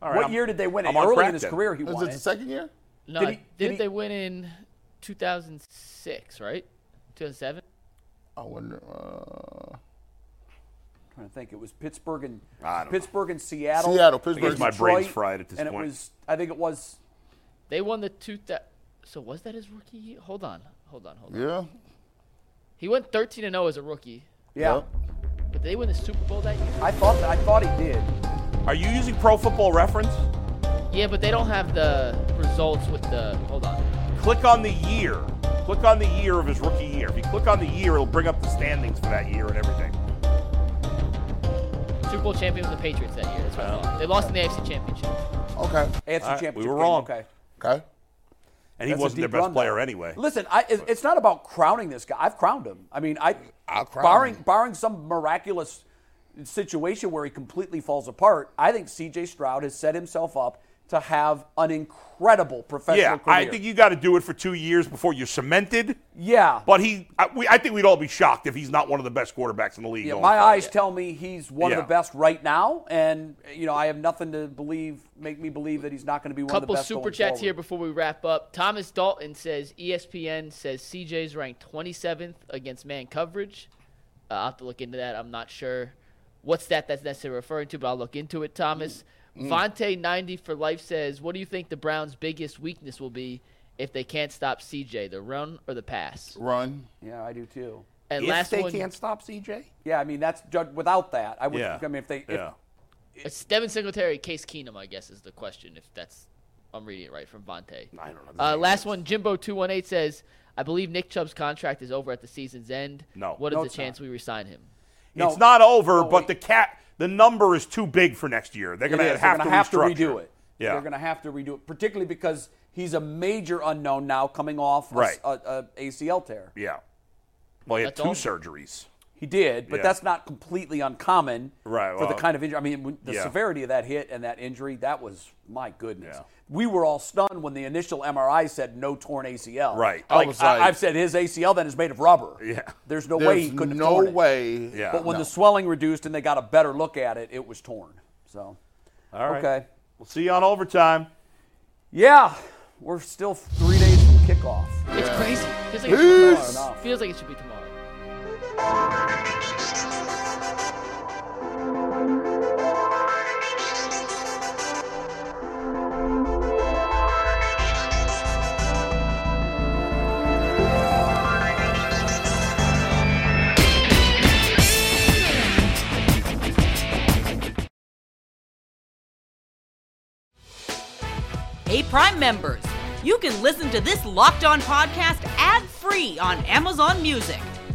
E: All right,
D: What
E: I'm-
D: year did they win it?
E: I'm on
D: Early
E: crack
D: in his
E: then.
D: career, he
F: Is
D: won
F: it the
D: it.
F: second year?
B: No,
D: Did
B: I-
D: he- did
B: didn't
D: he-
B: they win in 2006, right? 2007?
F: I wonder. Uh,
D: I'm trying to think. It was Pittsburgh and
E: I don't know.
D: Pittsburgh and Seattle.
F: Seattle, Pittsburgh,
E: guess my
D: Detroit,
E: brain's fried at this
D: and
E: point.
D: it was. I think it was.
B: They won the two. Th- so was that his rookie? year? Hold on, hold on, hold on.
F: yeah,
B: He went 13 and 0 as a rookie,
D: Yeah,
F: Yep.
B: but they win the Super Bowl that year.
D: I thought. I thought he did.
E: Are you using Pro Football Reference?
B: Yeah, but they don't have the results with the. Hold on.
E: Click on the year. Click on the year of his rookie year. If you click on the year, it'll bring up the standings for that year and everything.
B: Super Bowl champion was the Patriots that year. That's what I thought. They lost in the AFC Championship.
F: okay,
D: AFC
E: right,
D: Championship.
E: we were
D: game,
E: wrong.
D: Okay.
F: okay.
E: And he
D: That's a
E: wasn't their
D: deep
E: best
D: run,
E: player
D: though.
E: anyway.
D: Listen, I, it- it's not about crowning this guy. I've crowned him. I mean, I
F: I'll crown
D: barring
F: him.
D: barring some miraculous situation where he completely falls apart. I think C.J. Stroud has set himself up to have an incredible professional
E: Yeah,
D: career.
E: I think you got to do it for two years before you're cemented.
D: yeah,
E: But he, I, we, I think we'd all be shocked if he's not one of the best quarterbacks in the league.
D: Yeah,
E: going
D: my
E: forward.
D: eyes tell me he's one of
E: Yeah.
D: the best right now, and you know I have nothing to believe make me believe that he's not going to be one of the
B: Couple
D: best.
B: super
D: going
B: chats
D: forward.
B: here before we wrap up. Thomas Dalton says E ESPN says CJ's ranked 27th against man coverage. Uh, I'll have to look into that. I'm not sure what stat that's necessarily referring to, but I'll look into it, Thomas.
D: Mm.
B: Vontae 90 for life says, What do you think the Browns' biggest weakness will be if they can't stop CJ, the run or the pass?
F: Run.
D: Yeah, I do too.
B: And
E: If
B: last
E: they
B: one,
E: can't stop CJ,
D: Yeah, I mean that's ju- without that, I would.
E: yeah.
D: I mean if they,
E: yeah.
D: if,
B: it's Devin Singletary, Case Keenum, I guess, is the question, if that's, I'm reading it right from Vontae.
E: I don't know.
B: Uh, last one, Jimbo two one eight says, "I believe Nick Chubb's contract is over at the season's end.
E: No.
B: what is
D: No,
B: the
D: it's not.
B: chance we resign him?
D: No.
E: It's not over,
D: No,
E: but
D: wait.
E: the cat, the number is too big for next year. They're
D: It
E: going to
D: is. They're
E: have
D: gonna
E: to
D: have
E: restructure.
D: to redo it.
E: Yeah.
D: They're going to have to redo it, particularly because he's a major unknown now, coming off a
E: Right.
D: s- a, a ACL tear.
E: Yeah. Well, he had
B: That's
E: two
B: all.
E: surgeries.
D: He did, but
E: Yeah.
D: that's not completely uncommon
E: Right,
D: for the
E: well-
D: kind of injury. I mean, when- the
E: Yeah.
D: severity of that hit and that injury, that was my goodness.
E: Yeah.
D: We were all stunned when the initial MRI said no torn ACL.
E: Right. I
D: Like, I
F: was like-
D: have said his ACL then is made of rubber.
E: Yeah.
D: There's no way he
F: There's
D: couldn't have
F: no
D: torn it.
F: way.
E: Yeah.
D: But when
F: No.
D: the swelling reduced and they got a better look at it, it was torn. So,
E: All right.
D: okay.
E: We'll see you on overtime.
D: Yeah, we're still three days from kickoff.
B: It's crazy. Feels like it should be tomorrow. Feels like it should be tomorrow."
H: Hey, Prime members, you can listen to this Locked On podcast ad free on Amazon Music.